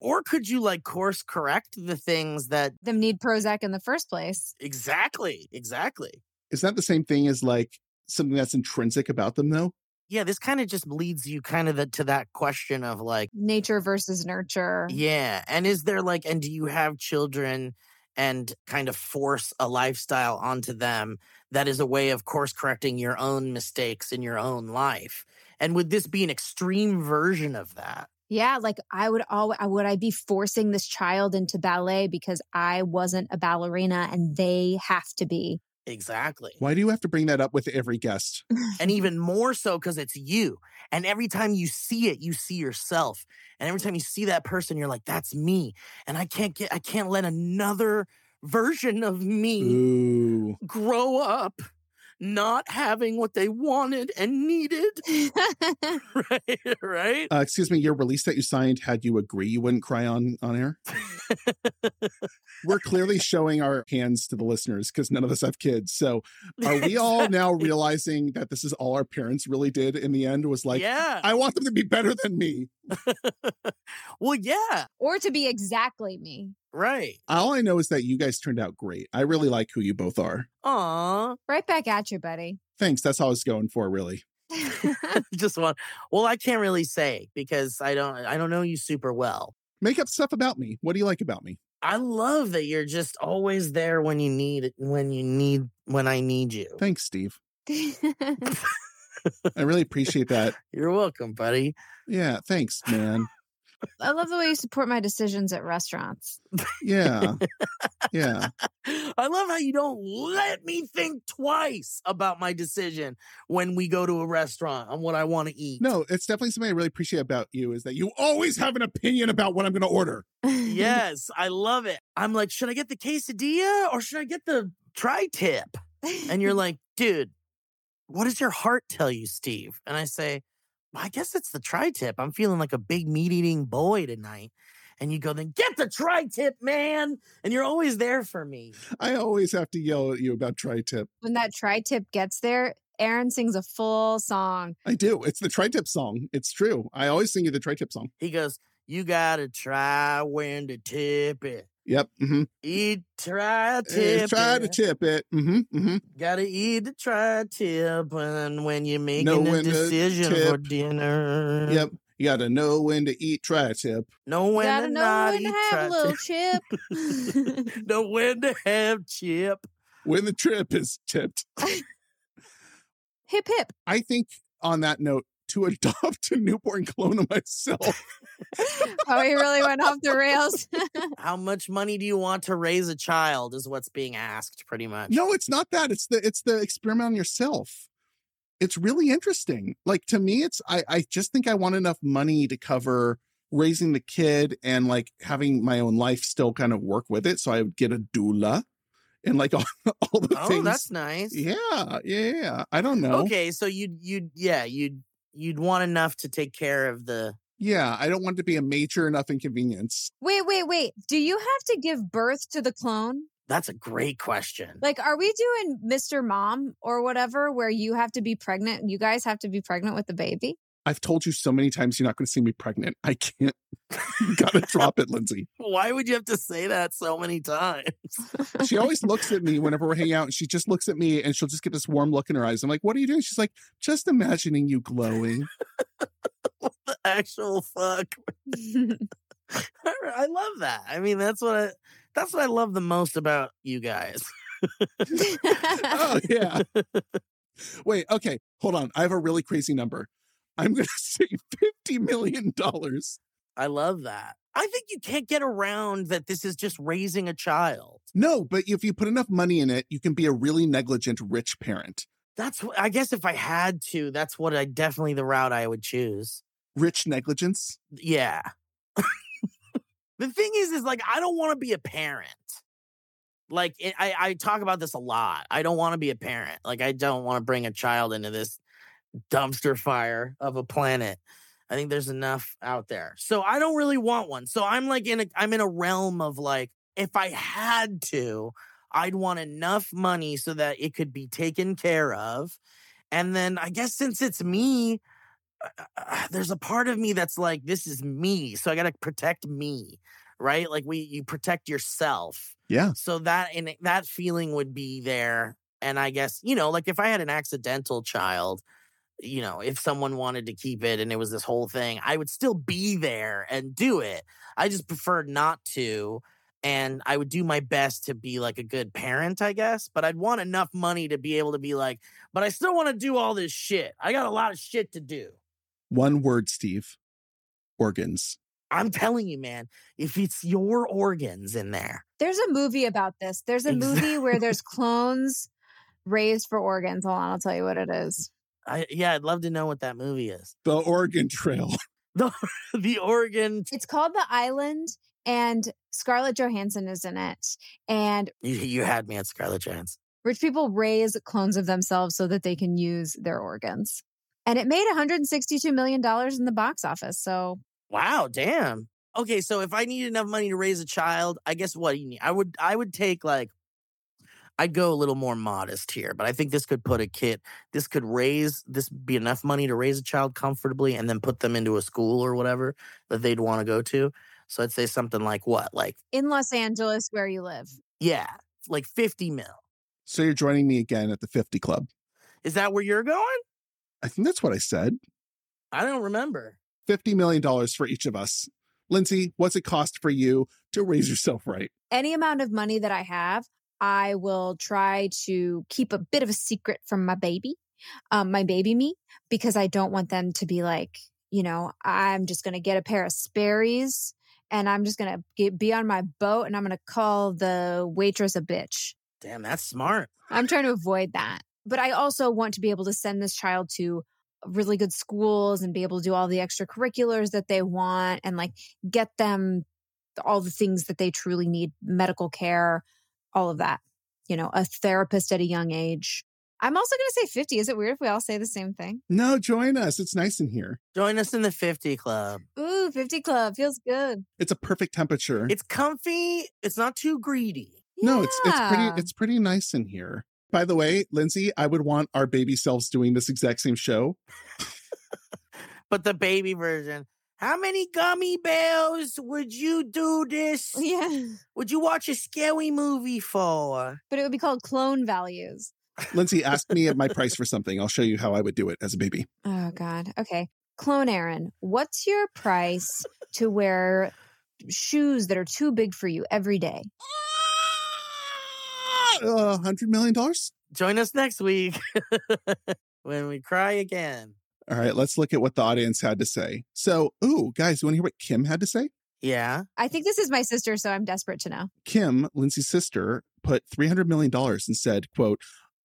[SPEAKER 3] Or could you like course correct the things that
[SPEAKER 1] Them need Prozac in the first place.
[SPEAKER 3] exactly, exactly.
[SPEAKER 2] Is that the same thing as like something that's intrinsic about them though?
[SPEAKER 3] yeah, this kind of just leads you kind of the, to that question of like,
[SPEAKER 1] Nature versus nurture.
[SPEAKER 3] yeah, and is there like, and do you have children and kind of force a lifestyle onto them that is a way of course correcting your own mistakes in your own life? And would this be an extreme version of that?
[SPEAKER 1] Yeah, like I would always would I be forcing this child into ballet because I wasn't a ballerina and they have to be.
[SPEAKER 3] Exactly.
[SPEAKER 2] Why do you have to bring that up with every guest?
[SPEAKER 3] And even more so because it's you. And every time you see it, you see yourself. And every time you see that person, you're like, that's me. And I can't get, I can't let another version of me.
[SPEAKER 2] Mm. Ooh.
[SPEAKER 3] grow up not having what they wanted and needed. Right. Right.
[SPEAKER 2] Uh, excuse me, your release that you signed had you agree you wouldn't cry on on air? We're clearly showing our hands to the listeners because none of us have kids. So are we all now realizing that this is all our parents really did in the end was like,
[SPEAKER 3] yeah.
[SPEAKER 2] I want them to be better than me.
[SPEAKER 3] well, yeah.
[SPEAKER 1] or to be exactly me.
[SPEAKER 3] Right.
[SPEAKER 2] All I know is that you guys turned out great. I really like who you both are.
[SPEAKER 3] Aw.
[SPEAKER 1] Right back at you, buddy.
[SPEAKER 2] Thanks. That's all I was going for, really.
[SPEAKER 3] Just one. Well, I can't really say because I don't I don't know you super well.
[SPEAKER 2] Make up stuff about me. What do you like about me?
[SPEAKER 3] I love that you're just always there when you need it when you need when I need you.
[SPEAKER 2] Thanks, Steve. I really appreciate that.
[SPEAKER 3] You're welcome, buddy.
[SPEAKER 2] Yeah, thanks, man.
[SPEAKER 1] I love the way you support my decisions at restaurants.
[SPEAKER 2] Yeah. Yeah.
[SPEAKER 3] I love how you don't let me think twice about my decision when we go to a restaurant on what I want to eat.
[SPEAKER 2] No, it's definitely something I really appreciate about you is that you always have an opinion about what I'm going to order.
[SPEAKER 3] yes, I love it. I'm like, should I get the quesadilla or should I get the tri tip? And you're like, dude, what does your heart tell you, Steve? And I say, well, I guess it's the tri tip. I'm feeling like a big meat eating boy tonight. And you go, then get the tri tip, man. And you're always there for me.
[SPEAKER 2] I always have to yell at you about tri tip.
[SPEAKER 1] when that tri tip gets there, Aaron sings a full song.
[SPEAKER 2] I do. It's the tri tip song. It's true. I always sing you the tri tip song.
[SPEAKER 3] He goes, you got to try when to tip it.
[SPEAKER 2] Yep. Mm-hmm.
[SPEAKER 3] Eat tri
[SPEAKER 2] Tip
[SPEAKER 3] tip.
[SPEAKER 2] try to tip it. Mm-hmm. Mm-hmm.
[SPEAKER 3] Gotta eat the tri tip, and when you're making a
[SPEAKER 2] when to
[SPEAKER 3] decision for
[SPEAKER 2] tip.
[SPEAKER 3] dinner,
[SPEAKER 2] Yep. You got to know when to eat tri tip.
[SPEAKER 3] know when
[SPEAKER 1] Gotta
[SPEAKER 3] to
[SPEAKER 1] know
[SPEAKER 3] not
[SPEAKER 1] when to
[SPEAKER 3] eat
[SPEAKER 1] have
[SPEAKER 3] tri
[SPEAKER 1] little
[SPEAKER 3] tip,
[SPEAKER 1] chip.
[SPEAKER 3] know when to have chip.
[SPEAKER 2] When the trip is tipped.
[SPEAKER 1] hip hip.
[SPEAKER 2] I think on that note, to adopt a newborn clone of myself.
[SPEAKER 1] oh, he really went off the rails.
[SPEAKER 3] How much money do you want to raise a child is what's being asked pretty much.
[SPEAKER 2] No, it's not that. It's the it's the experiment on yourself. It's really interesting. Like to me, it's I I just think I want enough money to cover raising the kid and like having my own life still kind of work with it. So I would get a doula and like all, all the
[SPEAKER 3] Oh,
[SPEAKER 2] things.
[SPEAKER 3] that's nice.
[SPEAKER 2] yeah, yeah, yeah. I don't know.
[SPEAKER 3] Okay, so you'd you'd yeah, you'd you'd want enough to take care of the
[SPEAKER 2] Yeah, I don't want it to be a major enough inconvenience.
[SPEAKER 1] wait, wait, wait. Do you have to give birth to the clone?
[SPEAKER 3] that's a great question.
[SPEAKER 1] Like, are we doing Mr. Mom or whatever, where you have to be pregnant? You guys have to be pregnant with the baby?
[SPEAKER 2] I've told you so many times you're not going to see me pregnant. I can't. you got to drop it, Lindsay.
[SPEAKER 3] Why would you have to say that so many times?
[SPEAKER 2] She always looks at me whenever we're hanging out and she just looks at me and she'll just get this warm look in her eyes. I'm like, what are you doing? She's like, just imagining you glowing.
[SPEAKER 3] the actual fuck. I I love that. I mean, that's what I, that's what I love the most about you guys.
[SPEAKER 2] oh, yeah. Wait, okay. Hold on. I have a really crazy number. I'm going to say $50 million.
[SPEAKER 3] I love that. I think you can't get around that this is just raising a child.
[SPEAKER 2] No, but if you put enough money in it, you can be a really negligent rich parent.
[SPEAKER 3] That's wh- I guess if I had to, that's what I definitely the route I would choose.
[SPEAKER 2] Rich negligence?
[SPEAKER 3] Yeah. the thing is is like I don't want to be a parent. Like it, I I talk about this a lot. I don't want to be a parent. Like I don't want to bring a child into this dumpster fire of a planet. I think there's enough out there. So I don't really want one. So I'm like in a I'm in a realm of like if I had to, I'd want enough money so that it could be taken care of. And then I guess since it's me, uh, uh, there's a part of me that's like this is me. So I got to protect me, right? Like we you protect yourself.
[SPEAKER 2] Yeah.
[SPEAKER 3] So that and it- that feeling would be there and I guess, you know, like if I had an accidental child, you know, if someone wanted to keep it and it was this whole thing, I would still be there and do it. I just preferred not to. And I would do my best to be like a good parent, I guess, but I'd want enough money to be able to be like, but I still want to do all this shit. I got a lot of shit to do.
[SPEAKER 2] One word, Steve organs.
[SPEAKER 3] I'm telling you, man, if it's your organs in there,
[SPEAKER 1] There's a movie about this. There's a movie where there's clones raised for organs. Hold on, I'll tell you what it is.
[SPEAKER 3] I, yeah, I'd love to know what that movie is.
[SPEAKER 2] The Oregon Trail.
[SPEAKER 3] the organ.
[SPEAKER 1] It's called The Island, and Scarlett Johansson is in it. And
[SPEAKER 3] You, you had me at Scarlett Johansson.
[SPEAKER 1] rich people raise clones of themselves so that they can use their organs. And it made $162 million in the box office. So
[SPEAKER 3] Wow, damn. Okay, so if I need enough money to raise a child, I guess what do you need? I would I would take like I'd go a little more modest here, but I think this could put a kid this could raise this be enough money to raise a child comfortably and then put them into a school or whatever that they'd want to go to. So I'd say something like what? Like
[SPEAKER 1] in Los Angeles, where you live,
[SPEAKER 3] yeah, like 50 mil.
[SPEAKER 2] So you're joining me again at the 50 Club.
[SPEAKER 3] Is that where you're going?
[SPEAKER 2] I think that's what I said.
[SPEAKER 3] I don't remember.
[SPEAKER 2] $50 million for each of us. Lindsay, what's it cost for you to raise yourself right?
[SPEAKER 1] any amount of money that I have, I will try to keep a bit of a secret from my baby, um, my baby me, because I don't want them to be like, you know, I'm just going to get a pair of Sperry's and I'm just going to get be on my boat and I'm going to call the waitress a bitch.
[SPEAKER 3] Damn, that's smart.
[SPEAKER 1] I'm trying to avoid that. But I also want to be able to send this child to really good schools and be able to do all the extracurriculars that they want and like get them all the things that they truly need medical care, all of that. You know, a therapist at a young age. I'm also going to say 50. Is it weird if we all say the same thing?
[SPEAKER 2] No, join us. It's nice in here.
[SPEAKER 3] Join us in the 50 club.
[SPEAKER 1] Ooh, 50 Club feels good.
[SPEAKER 2] It's a perfect temperature.
[SPEAKER 3] It's comfy. It's not too greedy.
[SPEAKER 2] no, it's it's
[SPEAKER 1] Yeah.
[SPEAKER 2] pretty it's pretty nice in here. By the way, Lindsay, I would want our baby selves doing this exact same show.
[SPEAKER 3] But the baby version. How many gummy bears would you do this?
[SPEAKER 1] Yeah.
[SPEAKER 3] Would you watch a scary movie for?
[SPEAKER 1] But it would be called clone values.
[SPEAKER 2] Lindsay, ask me at my price for something. I'll show you how I would do it as a baby.
[SPEAKER 1] Oh, God. Okay. Clone Aaron, what's your price to wear shoes that are too big for you every day?
[SPEAKER 2] Uh, $100 million?
[SPEAKER 3] Join us next week when we cry again.
[SPEAKER 2] All right, let's look at what the audience had to say. So, ooh, guys, you want to hear what Kim had to say?
[SPEAKER 3] Yeah.
[SPEAKER 1] I think this is my sister, so I'm desperate to know.
[SPEAKER 2] Kim, Lindsay's sister, put $300 million and said, quote,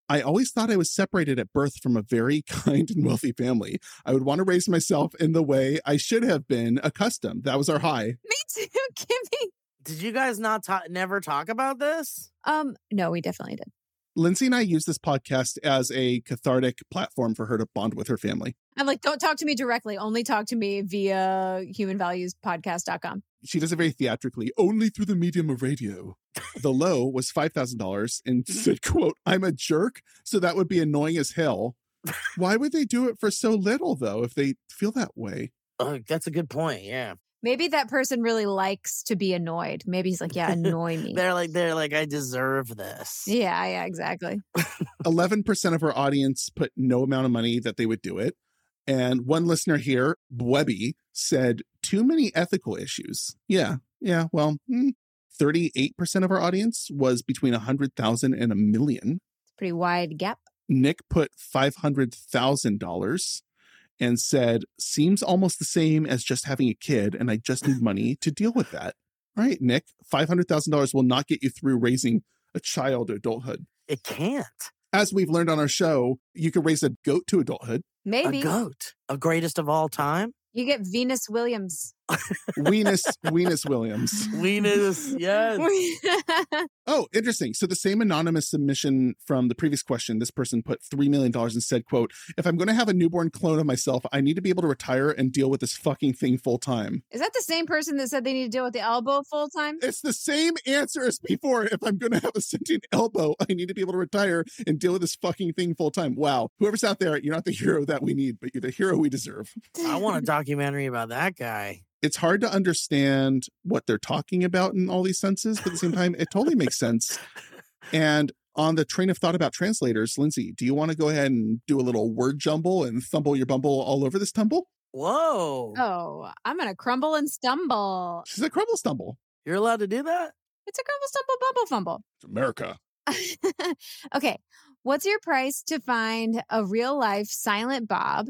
[SPEAKER 2] I always thought I was separated at birth from a very kind and wealthy family. I would want to raise myself in the way I should have been accustomed. That was our high.
[SPEAKER 1] Me too, Kimmy.
[SPEAKER 3] Did you guys not ta- never talk about this?
[SPEAKER 1] Um, no, we definitely did.
[SPEAKER 2] Lindsay and I use this podcast as a cathartic platform for her to bond with her family.
[SPEAKER 1] I'm like, don't talk to me directly. Only talk to me via humanvaluespodcast.com.
[SPEAKER 2] She does it very theatrically, only through the medium of radio. The low was $5,000 and said, quote, I'm a jerk, so that would be annoying as hell. Why would they do it for so little, though, if they feel that way?
[SPEAKER 3] Oh, that's a good point. Yeah.
[SPEAKER 1] Maybe that person really likes to be annoyed. Maybe he's like, yeah, annoy me.
[SPEAKER 3] They're like they're like I deserve this.
[SPEAKER 1] yeah, yeah, exactly.
[SPEAKER 2] 11% of our audience put no amount of money that they would do it. And one listener here, Bwebby, said, too many ethical issues. Yeah, yeah, well, hmm. 38% of our audience was between 100,000 and a million.
[SPEAKER 1] It's a pretty wide gap.
[SPEAKER 2] Nick put $500,000 and said, seems almost the same as just having a kid, and I just need money to deal with that. All right, Nick, $500,000 will not get you through raising a child to adulthood.
[SPEAKER 3] It can't.
[SPEAKER 2] As we've learned on our show, you can raise a goat to adulthood.
[SPEAKER 1] Maybe
[SPEAKER 3] A goat. A greatest of all time.
[SPEAKER 1] you get Venus Williams.
[SPEAKER 2] Weenus, Weenus Williams.
[SPEAKER 3] Venus. Yes.
[SPEAKER 2] Oh, interesting. So the same anonymous submission from the previous question, this person put $3 million and said, quote, if I'm going to have a newborn clone of myself, I need to be able to retire and deal with this fucking thing full time.
[SPEAKER 1] Is that the same person that said they need to deal with the elbow full time?
[SPEAKER 2] It's the same answer as before. If I'm going to have a sentient elbow, I need to be able to retire and deal with this fucking thing full time. Wow. Whoever's out there, you're not the hero that we need, but you're the hero we deserve.
[SPEAKER 3] I want a documentary about that guy.
[SPEAKER 2] It's hard to understand what they're talking about in all these senses, but at the same time, it totally makes sense. And on the train of thought about translators, Lindsay, do you want to go ahead and do a little word jumble and thumble your bumble all over this tumble?
[SPEAKER 3] Whoa.
[SPEAKER 1] Oh, I'm gonna crumble and stumble.
[SPEAKER 2] She's a crumble stumble.
[SPEAKER 3] You're allowed to do that?
[SPEAKER 1] It's a crumble stumble bumble fumble.
[SPEAKER 2] It's America.
[SPEAKER 1] okay. What's your price to find a real life silent Bob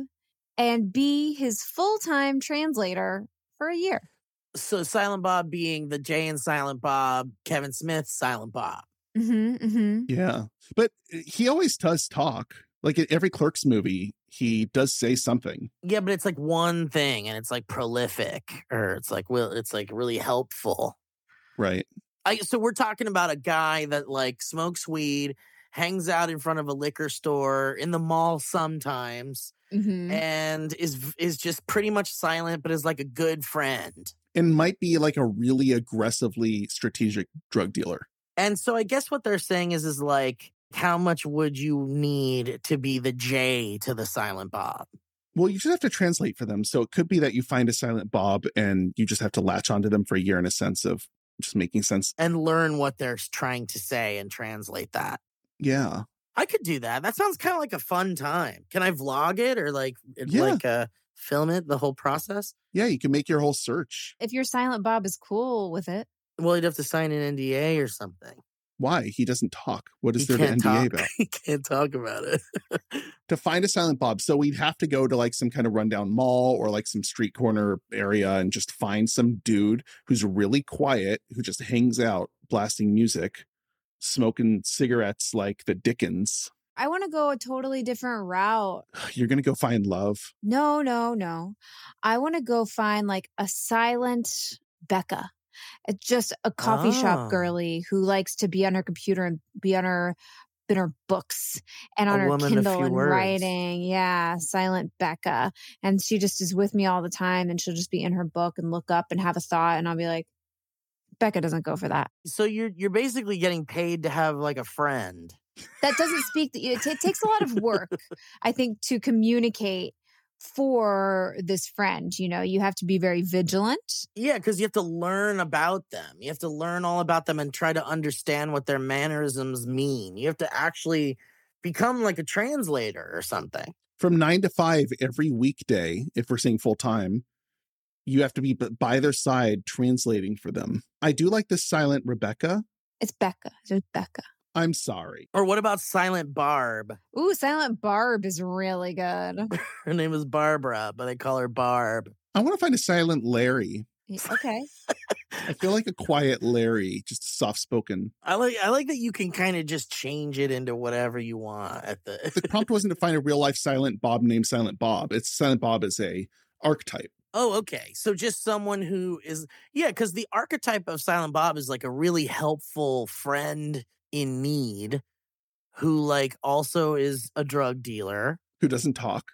[SPEAKER 1] and be his full time translator for a year?
[SPEAKER 3] So Silent Bob being the Jay and Silent Bob, Kevin Smith, Silent Bob.
[SPEAKER 1] Mm-hmm, mm-hmm.
[SPEAKER 2] Yeah. But uh, he always does talk. Like in every Clerks movie, he does say something.
[SPEAKER 3] Yeah, but it's like one thing and it's like prolific or it's like will it's like really helpful.
[SPEAKER 2] Right.
[SPEAKER 3] I so we're talking about a guy that like smokes weed, hangs out in front of a liquor store, in the mall sometimes,
[SPEAKER 1] Mm-hmm.
[SPEAKER 3] and is v- is just pretty much silent but is like a good friend.
[SPEAKER 2] And might be like a really aggressively strategic drug dealer.
[SPEAKER 3] And so I guess what they're saying is is like how much would you need to be the J to the Silent Bob?
[SPEAKER 2] Well, you just have to translate for them. So it could be that you find a silent Bob and you just have to latch onto them for a year in a sense of just making sense.
[SPEAKER 3] and learn what they're s- trying to say and translate that.
[SPEAKER 2] Yeah.
[SPEAKER 3] I could do that. That sounds kind of like a fun time. Can I vlog it or like it-
[SPEAKER 2] Yeah.
[SPEAKER 3] like uh, film it the whole process?
[SPEAKER 2] Yeah. You can make your whole search.
[SPEAKER 1] If your silent Bob is cool with it,
[SPEAKER 3] Well, you'd have to sign an NDA or something.
[SPEAKER 2] Why? He doesn't talk. What is
[SPEAKER 3] You
[SPEAKER 2] there to NDA
[SPEAKER 3] can't talk.
[SPEAKER 2] about?
[SPEAKER 3] you can't talk about it.
[SPEAKER 2] To find a silent Bob. So we'd have to go to like some kind of rundown mall or like some street corner area and just find some dude who's really quiet, who just hangs out blasting music, smoking cigarettes like the Dickens.
[SPEAKER 1] I want to go a totally different route.
[SPEAKER 2] You're going to go find love.
[SPEAKER 1] No, no, no. I want to go find like a silent Becca. It's just a coffee
[SPEAKER 3] Oh.
[SPEAKER 1] shop girly who likes to be on her computer and be on her in her books and
[SPEAKER 3] A
[SPEAKER 1] on her
[SPEAKER 3] woman of
[SPEAKER 1] Kindle
[SPEAKER 3] few
[SPEAKER 1] and
[SPEAKER 3] words.
[SPEAKER 1] writing. Yeah, silent Becca. And she just is with me all the time and she'll just be in her book and look up and have a thought and I'll be like, Becca doesn't go for that.
[SPEAKER 3] So you're you're basically getting paid to have like a friend.
[SPEAKER 1] That doesn't speak. It, it takes a lot of work, I think, to communicate for this friend. You know, you have to be very vigilant.
[SPEAKER 3] Yeah, because you have to learn about them. You have to learn all about them and try to understand what their mannerisms mean. You have to actually become like a translator or something.
[SPEAKER 2] from nine to five every weekday, if we're seeing full time, you have to be b- by their side translating for them. I do like the silent Rebecca.
[SPEAKER 1] It's Becca. It's Becca.
[SPEAKER 2] I'm sorry.
[SPEAKER 3] Or what about Silent Barb?
[SPEAKER 1] Ooh, Silent Barb is really good.
[SPEAKER 3] Her name is Barbara, but I call her Barb.
[SPEAKER 2] I want to find a silent Larry.
[SPEAKER 1] Y- Okay.
[SPEAKER 2] I feel like a quiet Larry, just soft spoken.
[SPEAKER 3] I like I like that you can kind of just change it into whatever you want at
[SPEAKER 2] The
[SPEAKER 3] the
[SPEAKER 2] prompt wasn't to find a real life silent Bob named Silent Bob. It's Silent Bob is a archetype.
[SPEAKER 3] Oh, okay. So just someone who is yeah, because the archetype of Silent Bob is like a really helpful friend in need who like also is a drug dealer
[SPEAKER 2] who doesn't talk.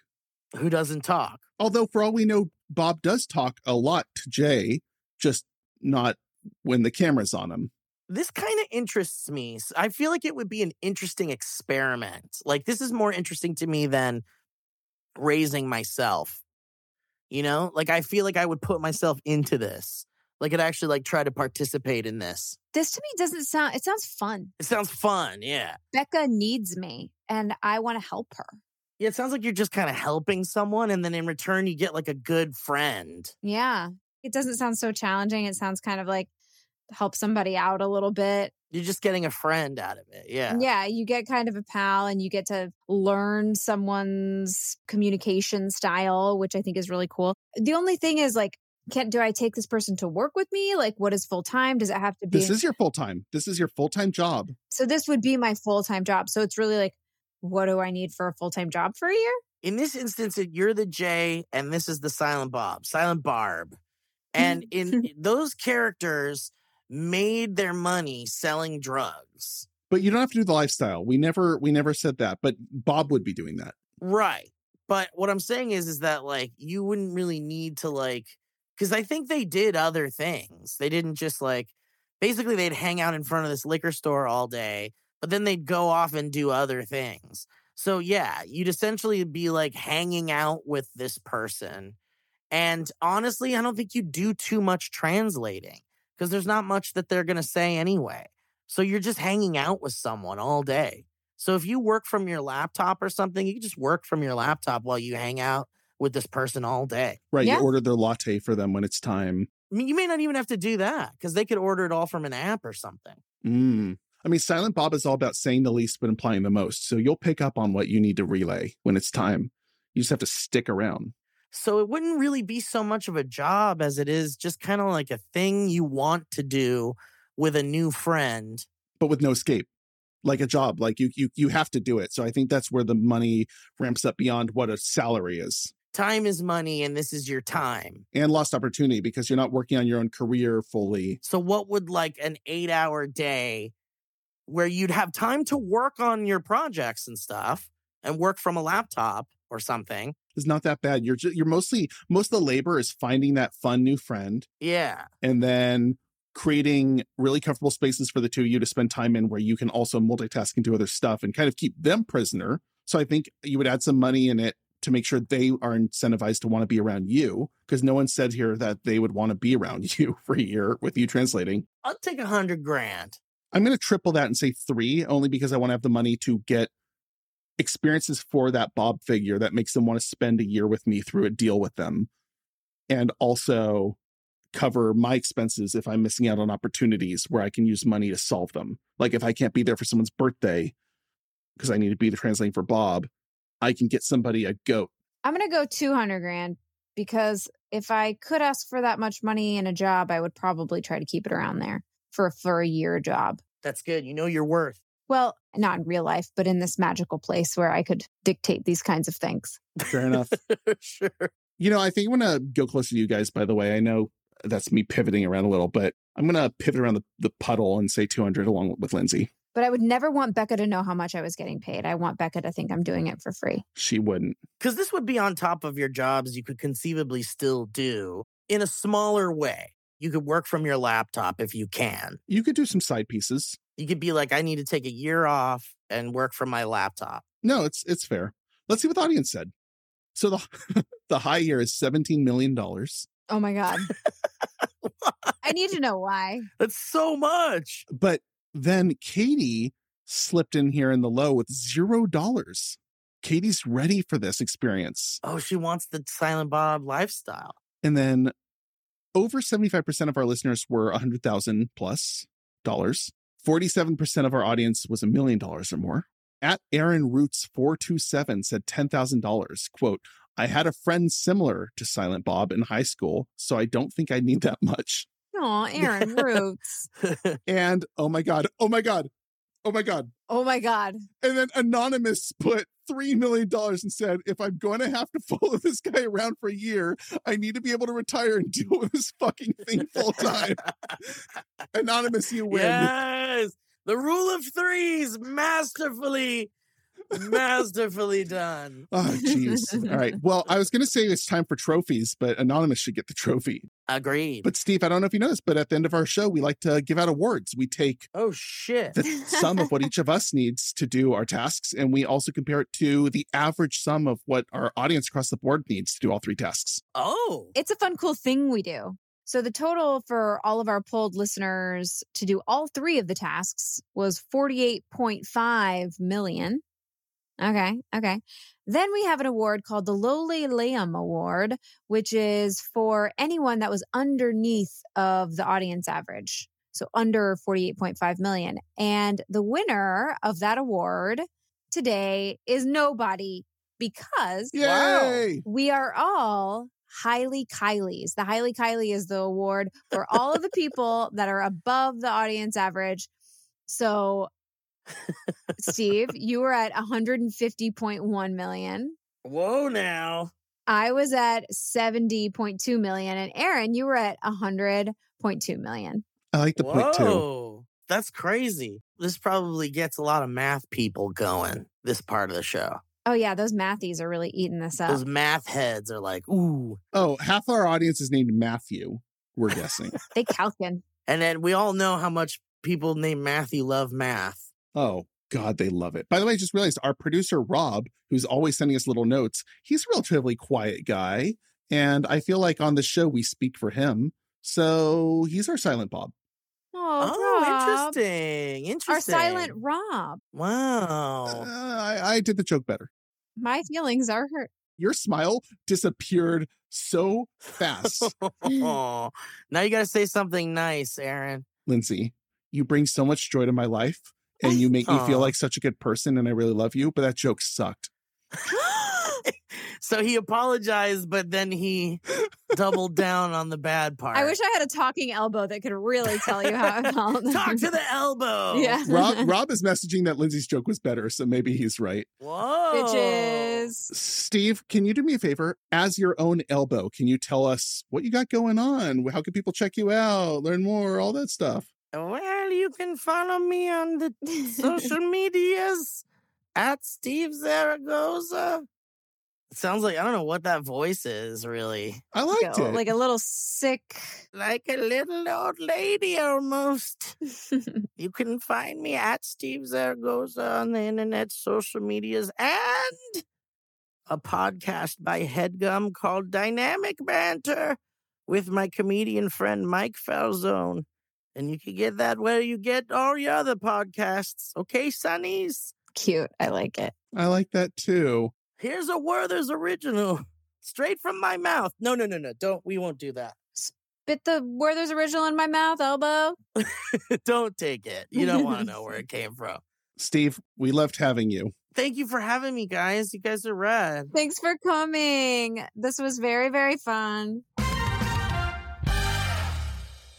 [SPEAKER 3] who doesn't talk.
[SPEAKER 2] Although, for all we know, Bob does talk a lot to Jay, just not when the camera's on him.
[SPEAKER 3] this kind of interests me. S- I feel like it would be an interesting experiment. Like this is more interesting to me than raising myself. You know, like I feel like I would put myself into this. Like I'd actually like try to participate in this.
[SPEAKER 1] This to me doesn't sound, it sounds fun.
[SPEAKER 3] It sounds fun, yeah.
[SPEAKER 1] Becca needs me and I want to help her.
[SPEAKER 3] Yeah, it sounds like you're just kind of helping someone and then in return you get like a good friend.
[SPEAKER 1] Yeah. It doesn't sound so challenging. It sounds kind of like help somebody out a little bit.
[SPEAKER 3] You're just getting a friend out of it. Yeah.
[SPEAKER 1] Yeah, you get kind of a pal and you get to learn someone's communication style, which I think is really cool. The only thing is like, can do I take this person to work with me? Like what is full time? Does it have to be
[SPEAKER 2] This is your full time. This is your full time job.
[SPEAKER 1] so this would be my full time job. So it's really like, what do I need for a full time job for a year?
[SPEAKER 3] in this instance, it- you're the J and this is the Silent Bob, Silent Barb. And in eh, those characters made their money selling drugs.
[SPEAKER 2] But you don't have to do the lifestyle. We never we never said that. But Bob would be doing that.
[SPEAKER 3] Right. But what I'm saying is is that like you wouldn't really need to like cuz I think they did other things. They didn't just like basically they'd hang out in front of this liquor store all day, but then they'd go off and do other things. So yeah, you'd essentially be like hanging out with this person. And honestly, I don't think you do too much translating cuz there's not much that they're going to say anyway. So you're just hanging out with someone all day. So if you work from your laptop or something, you can just work from your laptop while you hang out with this person all day.
[SPEAKER 2] Right.
[SPEAKER 1] Yeah.
[SPEAKER 2] You order their latte for them when it's time.
[SPEAKER 3] I mean, you may not even have to do that because they could order it all from an app or something.
[SPEAKER 2] Mm. I mean, Silent Bob is all about saying the least but implying the most. So you'll pick up on what you need to relay when it's time. You just have to stick around.
[SPEAKER 3] So it wouldn't really be so much of a job as it is just kind of like a thing you want to do with a new friend.
[SPEAKER 2] but with no escape like a job like you you you have to do it so i think that's where the money ramps up beyond what a salary is
[SPEAKER 3] Time is money and this is your time.
[SPEAKER 2] and lost opportunity because you're not working on your own career fully
[SPEAKER 3] So what would like an 8-hour day where you'd have time to work on your projects and stuff and work from a laptop or something
[SPEAKER 2] it's not that bad you're just, you're mostly most of the labor is finding that fun new friend
[SPEAKER 3] Yeah.
[SPEAKER 2] and then creating really comfortable spaces for the two of you to spend time in where you can also multitask and do other stuff and kind of keep them prisoner so i think you would add some money in it to make sure they are incentivized to want to be around you because no one said here that they would want to be around you for a year with you translating
[SPEAKER 3] I'll take a hundred grand.
[SPEAKER 2] i'm going to triple that and say three only because i want to have the money to get experiences for that bob figure that makes them want to spend a year with me through a deal with them and also cover my expenses if i'm missing out on opportunities where i can use money to solve them like if i can't be there for someone's birthday because i need to be the translating for bob i can get somebody a goat
[SPEAKER 1] I'm gonna go two hundred grand because if I could ask for that much money in a job, I would probably try to keep it around there for for a year job.
[SPEAKER 3] That's good. You know your worth.
[SPEAKER 1] Well, not in real life, but in this magical place where I could dictate these kinds of things.
[SPEAKER 2] fair enough
[SPEAKER 3] sure.
[SPEAKER 2] You know, I think I'm gonna go closer to you guys. By the way, I know that's me pivoting around a little, but I'm gonna pivot around the, the puddle and say 200 along with Lindsay.
[SPEAKER 1] But I would never want Becca to know how much I was getting paid. I want Becca to think I'm doing it for free.
[SPEAKER 2] She wouldn't.
[SPEAKER 3] Because this would be on top of your jobs you could conceivably still do in a smaller way. You could work from your laptop if you can.
[SPEAKER 2] You could do some side pieces.
[SPEAKER 3] You could be like, I need to take a year off and work from my laptop.
[SPEAKER 2] No, it's it's fair. Let's see what the audience said. So the the high year is 17 million dollars,
[SPEAKER 1] Oh my god. I need to know why.
[SPEAKER 3] That's so much.
[SPEAKER 2] but then Katie slipped in here in the low with zero dollars. Katie's ready for this experience.
[SPEAKER 3] Oh, she wants the Silent Bob lifestyle.
[SPEAKER 2] And then over 75% of our listeners were 100,000 plus dollars. 47% of our audience was a million dollars or more. At Aaron Roots 427 said $10,000. Quote, I had a friend similar to Silent Bob in high school, so I don't think I need that much.
[SPEAKER 1] Aw, Aaron Roots.
[SPEAKER 2] And oh my God, oh my God, oh my God.
[SPEAKER 1] Oh my God.
[SPEAKER 2] And then Anonymous put $3 million and said, if I'm going to have to follow this guy around for a year, I need to be able to retire and deal with this fucking thing full time. Anonymous, you win.
[SPEAKER 3] Yes. The rule of threes masterfully, masterfully done.
[SPEAKER 2] Oh, jeez. All right. Well, I was going to say it's time for trophies, but Anonymous should get the trophy.
[SPEAKER 3] Agreed.
[SPEAKER 2] But Steve, I don't know if you know this, but at the end of our show, we like to give out awards. We take
[SPEAKER 3] oh shit.
[SPEAKER 2] the sum of what each of us needs to do our tasks, and we also compare it to the average sum of what our audience across the board needs to do all three tasks.
[SPEAKER 3] oh.
[SPEAKER 1] It's a fun, cool thing we do. So the total for all of our polled listeners to do all three of the tasks was 48.5 million. Okay, okay. Then we have an award called the Lowly Liam Award, which is for anyone that was underneath of the audience average. So under 48.5 million. And the winner of that award today is nobody because
[SPEAKER 2] Yay!
[SPEAKER 1] we are all highly Kylie's. The highly Kylie is the award for all of the people that are above the audience average. So, Steve, you were at 150.1 million.
[SPEAKER 3] Whoa now.
[SPEAKER 1] I was at 70.2 million. And Aaron, you were at 100.2 million.
[SPEAKER 2] I like the point too.
[SPEAKER 3] Whoa. That's crazy. This probably gets a lot of math people going, this part of the show.
[SPEAKER 1] Oh, yeah, those mathies are really eating this up.
[SPEAKER 3] Those math heads are like, ooh.
[SPEAKER 2] Oh, half our audience is named Matthew. We're guessing.
[SPEAKER 1] They calcin.
[SPEAKER 3] And then we all know how much people named Matthew love math.
[SPEAKER 2] oh God, they love it. By the way, I just realized our producer Rob, who's always sending us little notes, he's a relatively quiet guy, and I feel like on the show we speak for him. So he's our silent Bob.
[SPEAKER 1] Oh,
[SPEAKER 3] Oh,
[SPEAKER 1] Rob.
[SPEAKER 3] interesting. Interesting.
[SPEAKER 1] Our silent Rob.
[SPEAKER 2] Uh,
[SPEAKER 3] Wow.
[SPEAKER 2] I, I did the joke better.
[SPEAKER 1] My feelings are hurt.
[SPEAKER 2] Your smile disappeared so fast,
[SPEAKER 3] now you got to say something nice, Aaron.
[SPEAKER 2] Lindsay. You bring so much joy to my life, and you make me feel
[SPEAKER 3] Aw.
[SPEAKER 2] like such a good person, and I really love you. But that joke sucked.
[SPEAKER 3] so he apologized, but then he doubled down on the bad part.
[SPEAKER 1] I wish I had a talking elbow that could really tell you how I felt.
[SPEAKER 3] Talk to the elbow.
[SPEAKER 1] Yeah.
[SPEAKER 2] Rob, Rob is messaging that Lindsay's joke was better, so maybe he's right.
[SPEAKER 3] Whoa.
[SPEAKER 1] Bitches.
[SPEAKER 2] Steve, can you do me a favor? As your own elbow, can you tell us what you got going on? How can people check you out, learn more, all that stuff?
[SPEAKER 3] Well, you can follow me on the social medias at Steve Zaragoza. It sounds like I don't know what that voice is really.
[SPEAKER 2] I liked
[SPEAKER 1] Go,
[SPEAKER 2] it.
[SPEAKER 1] Like a little sick.
[SPEAKER 3] Like a little old lady almost. You can find me at Steve Zaragoza on the internet, social medias, and a podcast by Headgum called Dynamic Banter with my comedian friend Mike Falzone. And you can get that where you get all your other podcasts. Okay, Sonnies?
[SPEAKER 1] Cute. I like it.
[SPEAKER 2] I like that too.
[SPEAKER 3] Here's a Werther's original straight from my mouth. No, no, no, no. Don't. We won't do that.
[SPEAKER 1] Bit the Werther's original in my mouth, elbow.
[SPEAKER 3] don't take it. You don't want to know where it came from.
[SPEAKER 2] Steve, we loved having you.
[SPEAKER 3] Thank you for having me, guys. You guys are rad.
[SPEAKER 1] Thanks for coming. This was very, very fun.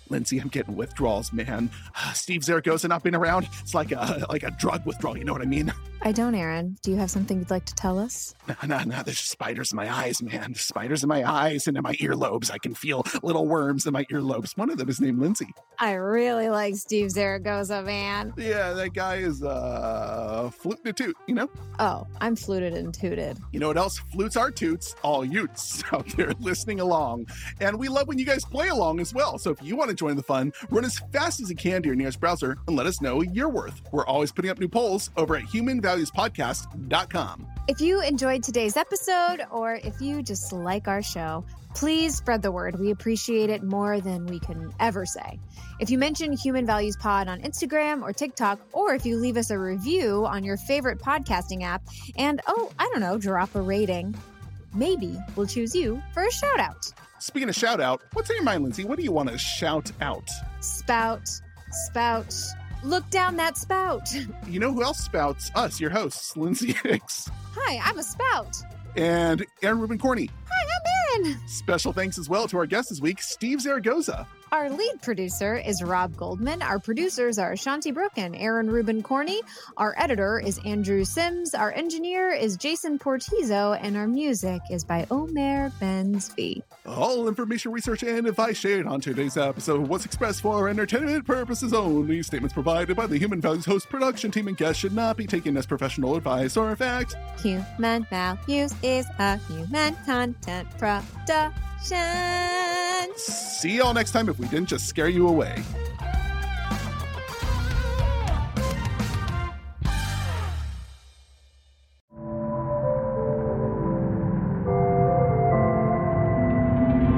[SPEAKER 2] Lindsay, I'm getting withdrawals, man. Steve Zaragoza not being around, it's like a like a drug withdrawal. You know what I mean?
[SPEAKER 1] I don't, Aaron. Do you have something you'd like to tell us?
[SPEAKER 2] No, no, no. There's spiders in my eyes, man. There's spiders in my eyes and in my earlobes. I can feel little worms in my earlobes. One of them is named Lindsay.
[SPEAKER 1] I really like Steve Zaragoza, man.
[SPEAKER 2] Yeah, that guy is uh flute to toot. You know.
[SPEAKER 1] Oh, I'm fluted and tooted.
[SPEAKER 2] You know what else? Flutes are toots, all Utes out there listening along. And we love when you guys play along as well. So if you want to join the fun, run as fast as you can to your nearest browser and let us know your worth. We're always putting up new polls over at humanvaluespodcast.com.
[SPEAKER 1] If you enjoyed today's episode or if you just like our show, please spread the word. We appreciate it more than we can ever say. If you mention Human Values Pod on Instagram or TikTok, or if you leave us a review on your favorite podcasting app, and oh, I don't know, drop a rating, maybe we'll choose you for a shout out.
[SPEAKER 2] Speaking of shout out, what's on your mind, Lindsay? What do you want to shout out?
[SPEAKER 1] Spout, spout, Look down that spout.
[SPEAKER 2] You know who else spouts? Us, your hosts, Lindsay Hicks
[SPEAKER 1] Hi, I'm a spout.
[SPEAKER 2] and Aaron Ruben Corney.
[SPEAKER 1] Hi, I'm Erin.
[SPEAKER 2] Special thanks as well to our guest this week, Steve Zaragoza.
[SPEAKER 1] Our lead producer is Rob Goldman. Our producers are Ashanti Brooke and Aaron Rubin Corney. Our editor is Andrew Sims. Our engineer is Jason Portizo. And our music is by Omer Bensby.
[SPEAKER 2] All information, research, and advice shared on today's episode was expressed for entertainment purposes only. Statements provided by the Human Values host, production team, and guests should not be taken as professional advice or fact.
[SPEAKER 1] Human values is a human content production.
[SPEAKER 2] See y'all next time if we didn't just scare you away.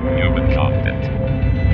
[SPEAKER 4] Human Content.